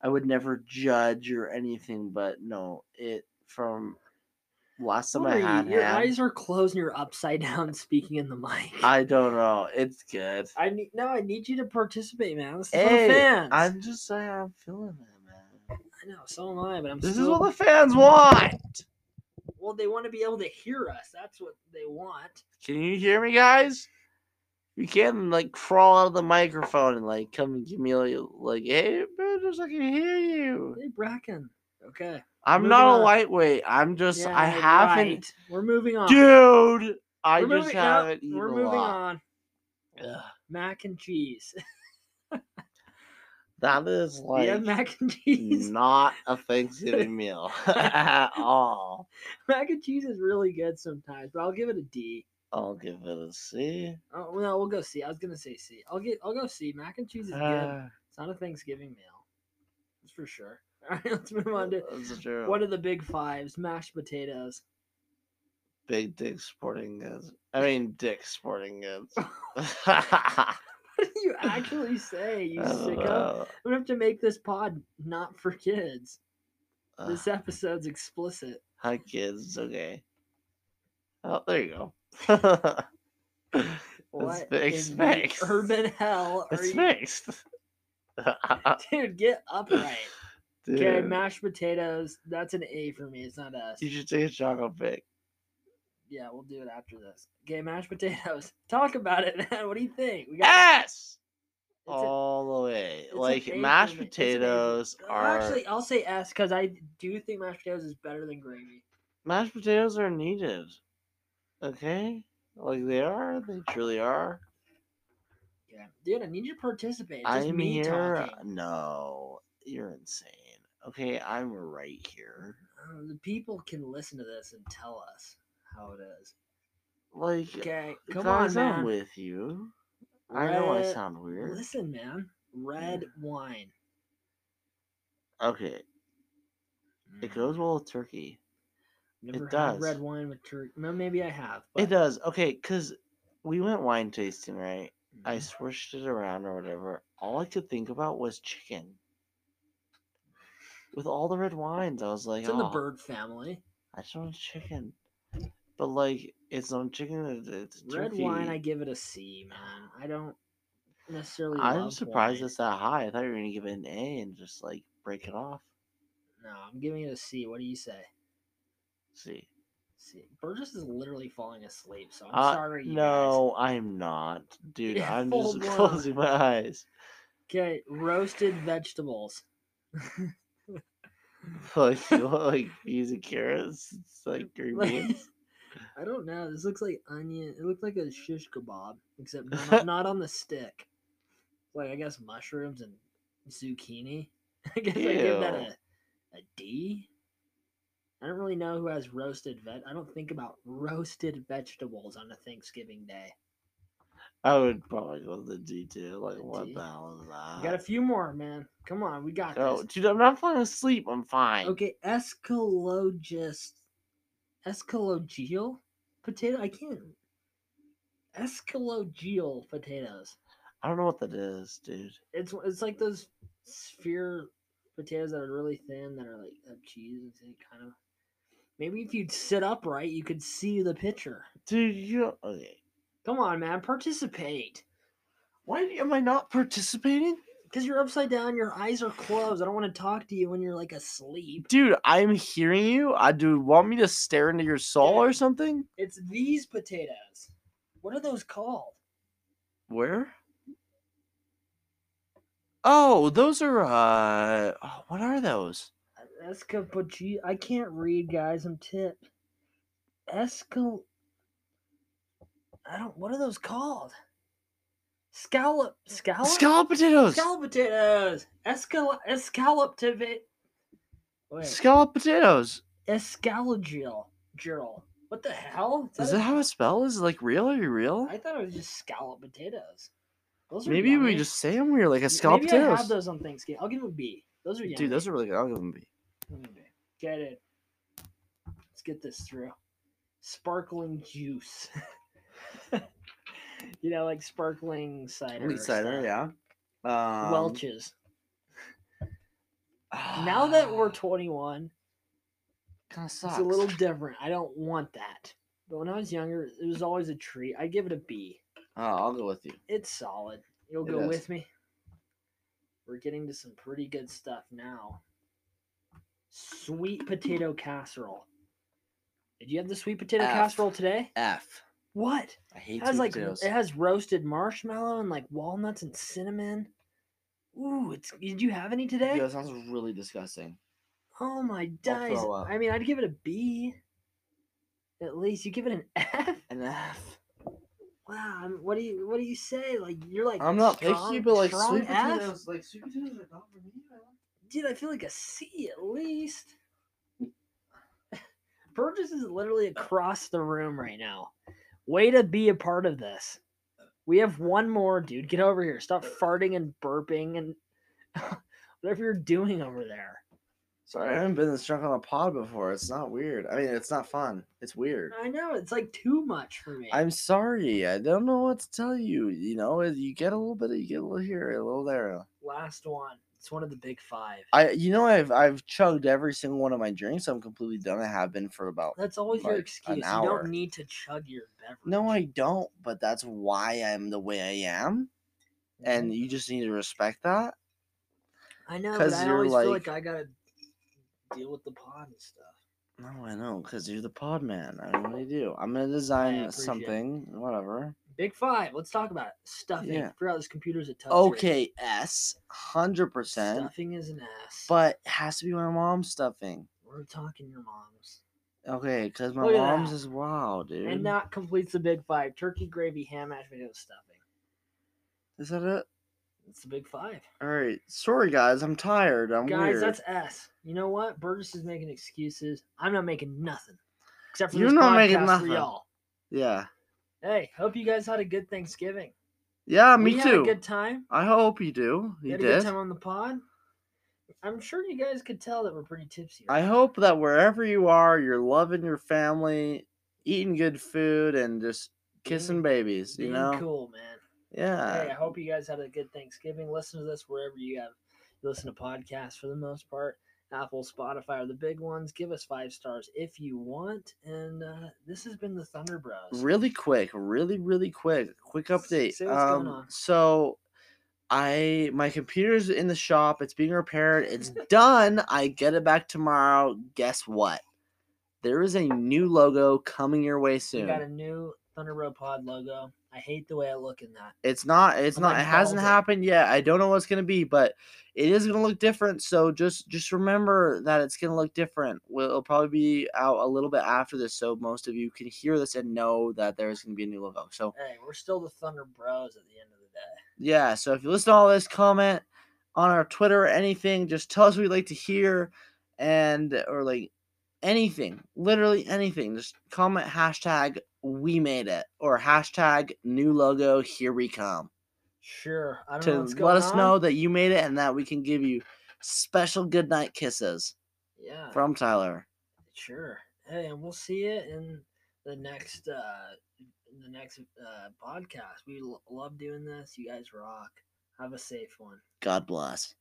Speaker 1: I would never judge or anything, but no, it from last time
Speaker 2: What
Speaker 1: I
Speaker 2: are you-
Speaker 1: had
Speaker 2: Your
Speaker 1: ham,
Speaker 2: eyes are closed and you're upside down speaking in the mic. I,
Speaker 1: I don't know. It's good.
Speaker 2: need no. I need you to participate, man. This is for the
Speaker 1: Hey,
Speaker 2: fans.
Speaker 1: I'm just saying, I'm feeling it, man.
Speaker 2: I know, so am I, but I'm.
Speaker 1: This is
Speaker 2: still,
Speaker 1: what the fans want.
Speaker 2: Well, they want to be able to hear us. That's what they want.
Speaker 1: Can you hear me, guys? You can like crawl out of the microphone and like come and give me like, like hey, brothers, I can hear you.
Speaker 2: Hey, Bracken. Okay.
Speaker 1: I'm
Speaker 2: Moving
Speaker 1: not
Speaker 2: on.
Speaker 1: a lightweight. I'm just I
Speaker 2: Yeah,
Speaker 1: haven't,
Speaker 2: right. We're moving on.
Speaker 1: dude. I
Speaker 2: We're
Speaker 1: just
Speaker 2: moving- no,
Speaker 1: haven't eaten
Speaker 2: We're
Speaker 1: a
Speaker 2: moving
Speaker 1: lot.
Speaker 2: on.
Speaker 1: Ugh,
Speaker 2: Mac and cheese.
Speaker 1: that is like
Speaker 2: yeah, mac and cheese.
Speaker 1: not a Thanksgiving meal at all.
Speaker 2: Mac and cheese is really good sometimes, but I'll give it a D.
Speaker 1: I'll give it a C.
Speaker 2: Oh no, we'll go C. I was gonna say C. I'll get. I'll go C. Mac and cheese is good.
Speaker 1: Uh,
Speaker 2: It's not a Thanksgiving meal. That's for sure. All right, let's move on to
Speaker 1: that's true.
Speaker 2: one of the big fives mashed potatoes.
Speaker 1: Big Dick Sporting Goods. I mean, Dick Sporting Goods.
Speaker 2: what did you actually say, you
Speaker 1: I don't
Speaker 2: sicko?
Speaker 1: know.
Speaker 2: I'm gonna have to make this pod not for kids.
Speaker 1: Ugh,
Speaker 2: This episode's explicit.
Speaker 1: Uh, hi kids, it's okay. Oh, there you go. it's
Speaker 2: What
Speaker 1: fixed,
Speaker 2: in the
Speaker 1: fixed.
Speaker 2: urban hell are you?
Speaker 1: mixed.
Speaker 2: Dude, get upright. Okay,
Speaker 1: Dude,
Speaker 2: mashed potatoes. That's an A for me. It's not a.
Speaker 1: you should take a chocolate pic.
Speaker 2: Yeah, we'll do it after this. Okay, mashed potatoes. Talk about it, man. What do you think? We
Speaker 1: Ah! Yes,
Speaker 2: it's a-
Speaker 1: all the way.
Speaker 2: it's an A
Speaker 1: Like
Speaker 2: for
Speaker 1: mashed
Speaker 2: me. It's an A for me.
Speaker 1: potatoes
Speaker 2: Uh,
Speaker 1: are
Speaker 2: Actually, I'll say S because I do think mashed potatoes is better than gravy.
Speaker 1: mashed potatoes are needed. Okay, like they are. They truly are.
Speaker 2: Yeah, dude, I need you to participate. It's just
Speaker 1: I'm
Speaker 2: me
Speaker 1: here.
Speaker 2: talking.
Speaker 1: No, you're insane. Okay, I'm right here.
Speaker 2: Uh, the people can listen to this and tell us how it is.
Speaker 1: Like,
Speaker 2: Okay, come on,
Speaker 1: guys, I'm
Speaker 2: man.
Speaker 1: with you. I know I
Speaker 2: Red-
Speaker 1: sound weird.
Speaker 2: Listen, man. Red wine.
Speaker 1: Okay, it
Speaker 2: Mm,
Speaker 1: goes well with turkey.
Speaker 2: Never
Speaker 1: it
Speaker 2: had
Speaker 1: does.
Speaker 2: red wine with turkey. No, maybe I have.
Speaker 1: It
Speaker 2: but-
Speaker 1: does. Okay, because we went wine tasting, right? I
Speaker 2: Mm.
Speaker 1: switched it around or whatever. All I could think about was chicken. With all the red wines, I was like, "Oh,
Speaker 2: It's in the
Speaker 1: "Aw,
Speaker 2: bird family.
Speaker 1: I just want chicken. but like it's on chicken. it- It's
Speaker 2: Red
Speaker 1: turkey.
Speaker 2: wine, I give it a C, man. I don't necessarily.
Speaker 1: I'm
Speaker 2: love
Speaker 1: surprised
Speaker 2: wine.
Speaker 1: it's that high. I thought you were gonna give it an A and just like break it off.
Speaker 2: No, I'm giving it a C. What do you say?
Speaker 1: See,
Speaker 2: C. Burgess is literally falling asleep, so I'm
Speaker 1: Uh,
Speaker 2: sorry. You Oh,
Speaker 1: no, I'm not, dude.
Speaker 2: Yeah,
Speaker 1: I'm
Speaker 2: full
Speaker 1: just
Speaker 2: blown.
Speaker 1: closing my eyes.
Speaker 2: Okay, roasted vegetables.
Speaker 1: Like, you want, like peas and carrots, it's like green
Speaker 2: Like-
Speaker 1: beans.
Speaker 2: I don't know. This looks like onion. It looks like a shish kebab, except not, not on the stick. Like I guess mushrooms and zucchini. I guess I give that
Speaker 1: Ew.
Speaker 2: a, a D. I don't really know who has roasted vet. I don't think about roasted vegetables on a Thanksgiving day.
Speaker 1: I would probably go with the D two. Like,
Speaker 2: The
Speaker 1: what
Speaker 2: D.
Speaker 1: the hell is that?
Speaker 2: We got a few more, man. Come on, we got
Speaker 1: Uh. Oh,
Speaker 2: this.
Speaker 1: dude, I'm not falling asleep. I'm fine.
Speaker 2: Okay, escalogist, escalogeal potato. I can't. Escalogeal potatoes.
Speaker 1: I don't know what that is, dude.
Speaker 2: It's it's like those sphere potatoes that are really thin that are like have cheese and they kind of. Maybe if you'd sit upright, you could see the picture.
Speaker 1: Dude, you don't. Okay.
Speaker 2: Come on, man, participate.
Speaker 1: Why am I not participating?
Speaker 2: Because you're upside down, your eyes are closed. I don't want to talk to you when you're like asleep.
Speaker 1: Dude, I'm hearing you. I do want me to stare into your soul or
Speaker 2: Dude.
Speaker 1: something?
Speaker 2: It's these potatoes. What are those called?
Speaker 1: Where? Oh, those are uh oh, what are those?
Speaker 2: Escapogi. I can't read, guys. I'm tipped. Escal. I don't. What are those called? Scallop. Scallop.
Speaker 1: Scallop potatoes.
Speaker 2: Scallop potatoes. Escal. Escallop tiva- Wait.
Speaker 1: Scallop potatoes.
Speaker 2: Escalogil. Gerald. What the hell?
Speaker 1: Is
Speaker 2: a-
Speaker 1: that how it's spelled? Is it like real? Are you real?
Speaker 2: I thought it was just scallop potatoes. Those are
Speaker 1: Maybe we
Speaker 2: yummy.
Speaker 1: just say them weird, like a
Speaker 2: M-
Speaker 1: scallop
Speaker 2: Maybe I have
Speaker 1: potatoes.
Speaker 2: those on Thanksgiving. I'll give them a B. Those are yummy.
Speaker 1: Dude, those are really good. I'll give them a B.
Speaker 2: Hmm. Get it. Let's get this through. Sparkling juice. you know, like sparkling cider.
Speaker 1: Wheat
Speaker 2: or
Speaker 1: cider,
Speaker 2: stuff.
Speaker 1: yeah. Um,
Speaker 2: Welch's. Now that we're 21,
Speaker 1: kind of sucks.
Speaker 2: it's a little different. I don't want that. But when I was younger, it was always a treat. I give it a B.
Speaker 1: Oh, I'll go with you.
Speaker 2: It's solid. You'll
Speaker 1: It
Speaker 2: go
Speaker 1: is.
Speaker 2: with me. We're getting to some pretty good stuff now. Sweet potato casserole. Did you have the sweet potato
Speaker 1: F.
Speaker 2: casserole today?
Speaker 1: F.
Speaker 2: What?
Speaker 1: I hate
Speaker 2: It has
Speaker 1: sweet
Speaker 2: like eh,
Speaker 1: potatoes.
Speaker 2: it has roasted marshmallow and like walnuts and cinnamon. Ooh, it's did you have any today?
Speaker 1: Dude, that sounds really disgusting.
Speaker 2: Oh my dice.
Speaker 1: throw up.
Speaker 2: I mean I'd give it a B. At least you give it an F.
Speaker 1: An F.
Speaker 2: Wow, I'm- what do you what do you say? Like you're like
Speaker 1: I'm not
Speaker 2: strong-
Speaker 1: picky, but like
Speaker 2: strong
Speaker 1: sweet
Speaker 2: F?
Speaker 1: potatoes, like sweet potatoes are not for me. I like-
Speaker 2: Dude, I feel like a C at least. Burgess is literally across the room right now. Way to be a part of this. We have one more, dude. Get over here. Stop farting and burping and whatever you're doing over there.
Speaker 1: Sorry, I haven't been this drunk on a pod before. It's not weird. I mean, it's not fun. It's weird.
Speaker 2: I know, it's like too much for me.
Speaker 1: I'm sorry. I don't know what to tell you. You know, you get a little bit, of, you get a little here, a little there.
Speaker 2: Last one. It's one of the big five.
Speaker 1: I, you know, I've I've chugged every single one of my drinks. I'm completely done. I have been for about.
Speaker 2: That's always your
Speaker 1: Like, an
Speaker 2: excuse. You
Speaker 1: hour.
Speaker 2: don't need to chug your beverage.
Speaker 1: No, I don't. But that's why I'm the way I am, and you just need to respect that.
Speaker 2: I know, but
Speaker 1: 'cause
Speaker 2: I
Speaker 1: you're
Speaker 2: always feel
Speaker 1: like-
Speaker 2: like I gotta deal with the pod and stuff.
Speaker 1: No, I know, cause you're the pod man. I know what to do. I'm gonna design
Speaker 2: appreciate it.
Speaker 1: something, whatever.
Speaker 2: Big five. Let's talk about it. stuffing.
Speaker 1: Yeah.
Speaker 2: Forgot this computer's a touch.
Speaker 1: Okay, S, hundred percent.
Speaker 2: Stuffing is an ass.
Speaker 1: But it has to be my mom's stuffing.
Speaker 2: we're talking your mom's.
Speaker 1: Okay, cause my
Speaker 2: Look at
Speaker 1: mom's
Speaker 2: that.
Speaker 1: is wow, dude.
Speaker 2: And that completes the big five: turkey, gravy, ham, mashed potatoes, stuffing.
Speaker 1: is that it?
Speaker 2: It's the big five.
Speaker 1: All right. Sorry, guys. I'm tired. I'm
Speaker 2: Guys,
Speaker 1: weird.
Speaker 2: that's S. You know what? Burgess is making excuses. I'm not making nothing. Except for
Speaker 1: You're
Speaker 2: this
Speaker 1: not
Speaker 2: podcast
Speaker 1: making
Speaker 2: for
Speaker 1: nothing.
Speaker 2: y'all.
Speaker 1: Yeah.
Speaker 2: Hey, hope you guys had a good Thanksgiving.
Speaker 1: Yeah, me
Speaker 2: we had
Speaker 1: too.
Speaker 2: a good time.
Speaker 1: I hope you do.
Speaker 2: We
Speaker 1: You
Speaker 2: had a good
Speaker 1: did.
Speaker 2: time on the pod. I'm sure you guys could tell that we're pretty tipsy.
Speaker 1: I hope that wherever you are, you're loving your family, eating good food, and just
Speaker 2: Being-
Speaker 1: kissing babies. You
Speaker 2: Being
Speaker 1: know.
Speaker 2: cool, man.
Speaker 1: Yeah.
Speaker 2: Hey, I hope you guys had a good Thanksgiving. Listen to this wherever you have you listen to podcasts for the most part. Apple, Spotify are the big ones. Give us five stars if you want. And uh, this has been the Thunder Bros.
Speaker 1: Really quick, really, really quick, quick
Speaker 2: S-
Speaker 1: update.
Speaker 2: say what's going
Speaker 1: Um,
Speaker 2: on.
Speaker 1: So, I my computer's in the shop. It's being repaired. It's done. I get it back tomorrow. Guess what? There is a new logo coming your way
Speaker 2: We
Speaker 1: soon.
Speaker 2: got a new Thunder Bro Pod logo. I hate the way I look in that.
Speaker 1: It's not. It's
Speaker 2: I'm
Speaker 1: not. It
Speaker 2: like,
Speaker 1: hasn't
Speaker 2: "Solve it."
Speaker 1: happened yet. I don't know what's gonna be, but it is gonna look different. So just just remember that it's gonna look different. Well, It'll probably be out a little bit after this, so most of you can hear this and know that there is gonna be a new logo. So
Speaker 2: Hey, we're still the Thunder Bros at the end of the day.
Speaker 1: yeah. So if you listen to all this, comment on our Twitter or anything. Just tell us what you'd like to hear, and or like anything, literally anything. Just comment hashtag we made it or hashtag new logo here we come.
Speaker 2: Sure. I don't know
Speaker 1: to
Speaker 2: what's
Speaker 1: let
Speaker 2: going
Speaker 1: us
Speaker 2: on.
Speaker 1: know that you made it and that we can give you special goodnight kisses
Speaker 2: Yeah.
Speaker 1: from Tyler.
Speaker 2: Sure. Hey, and we'll see you in the next uh the next uh podcast. We l- love doing this. You guys rock. Have a safe one.
Speaker 1: God bless.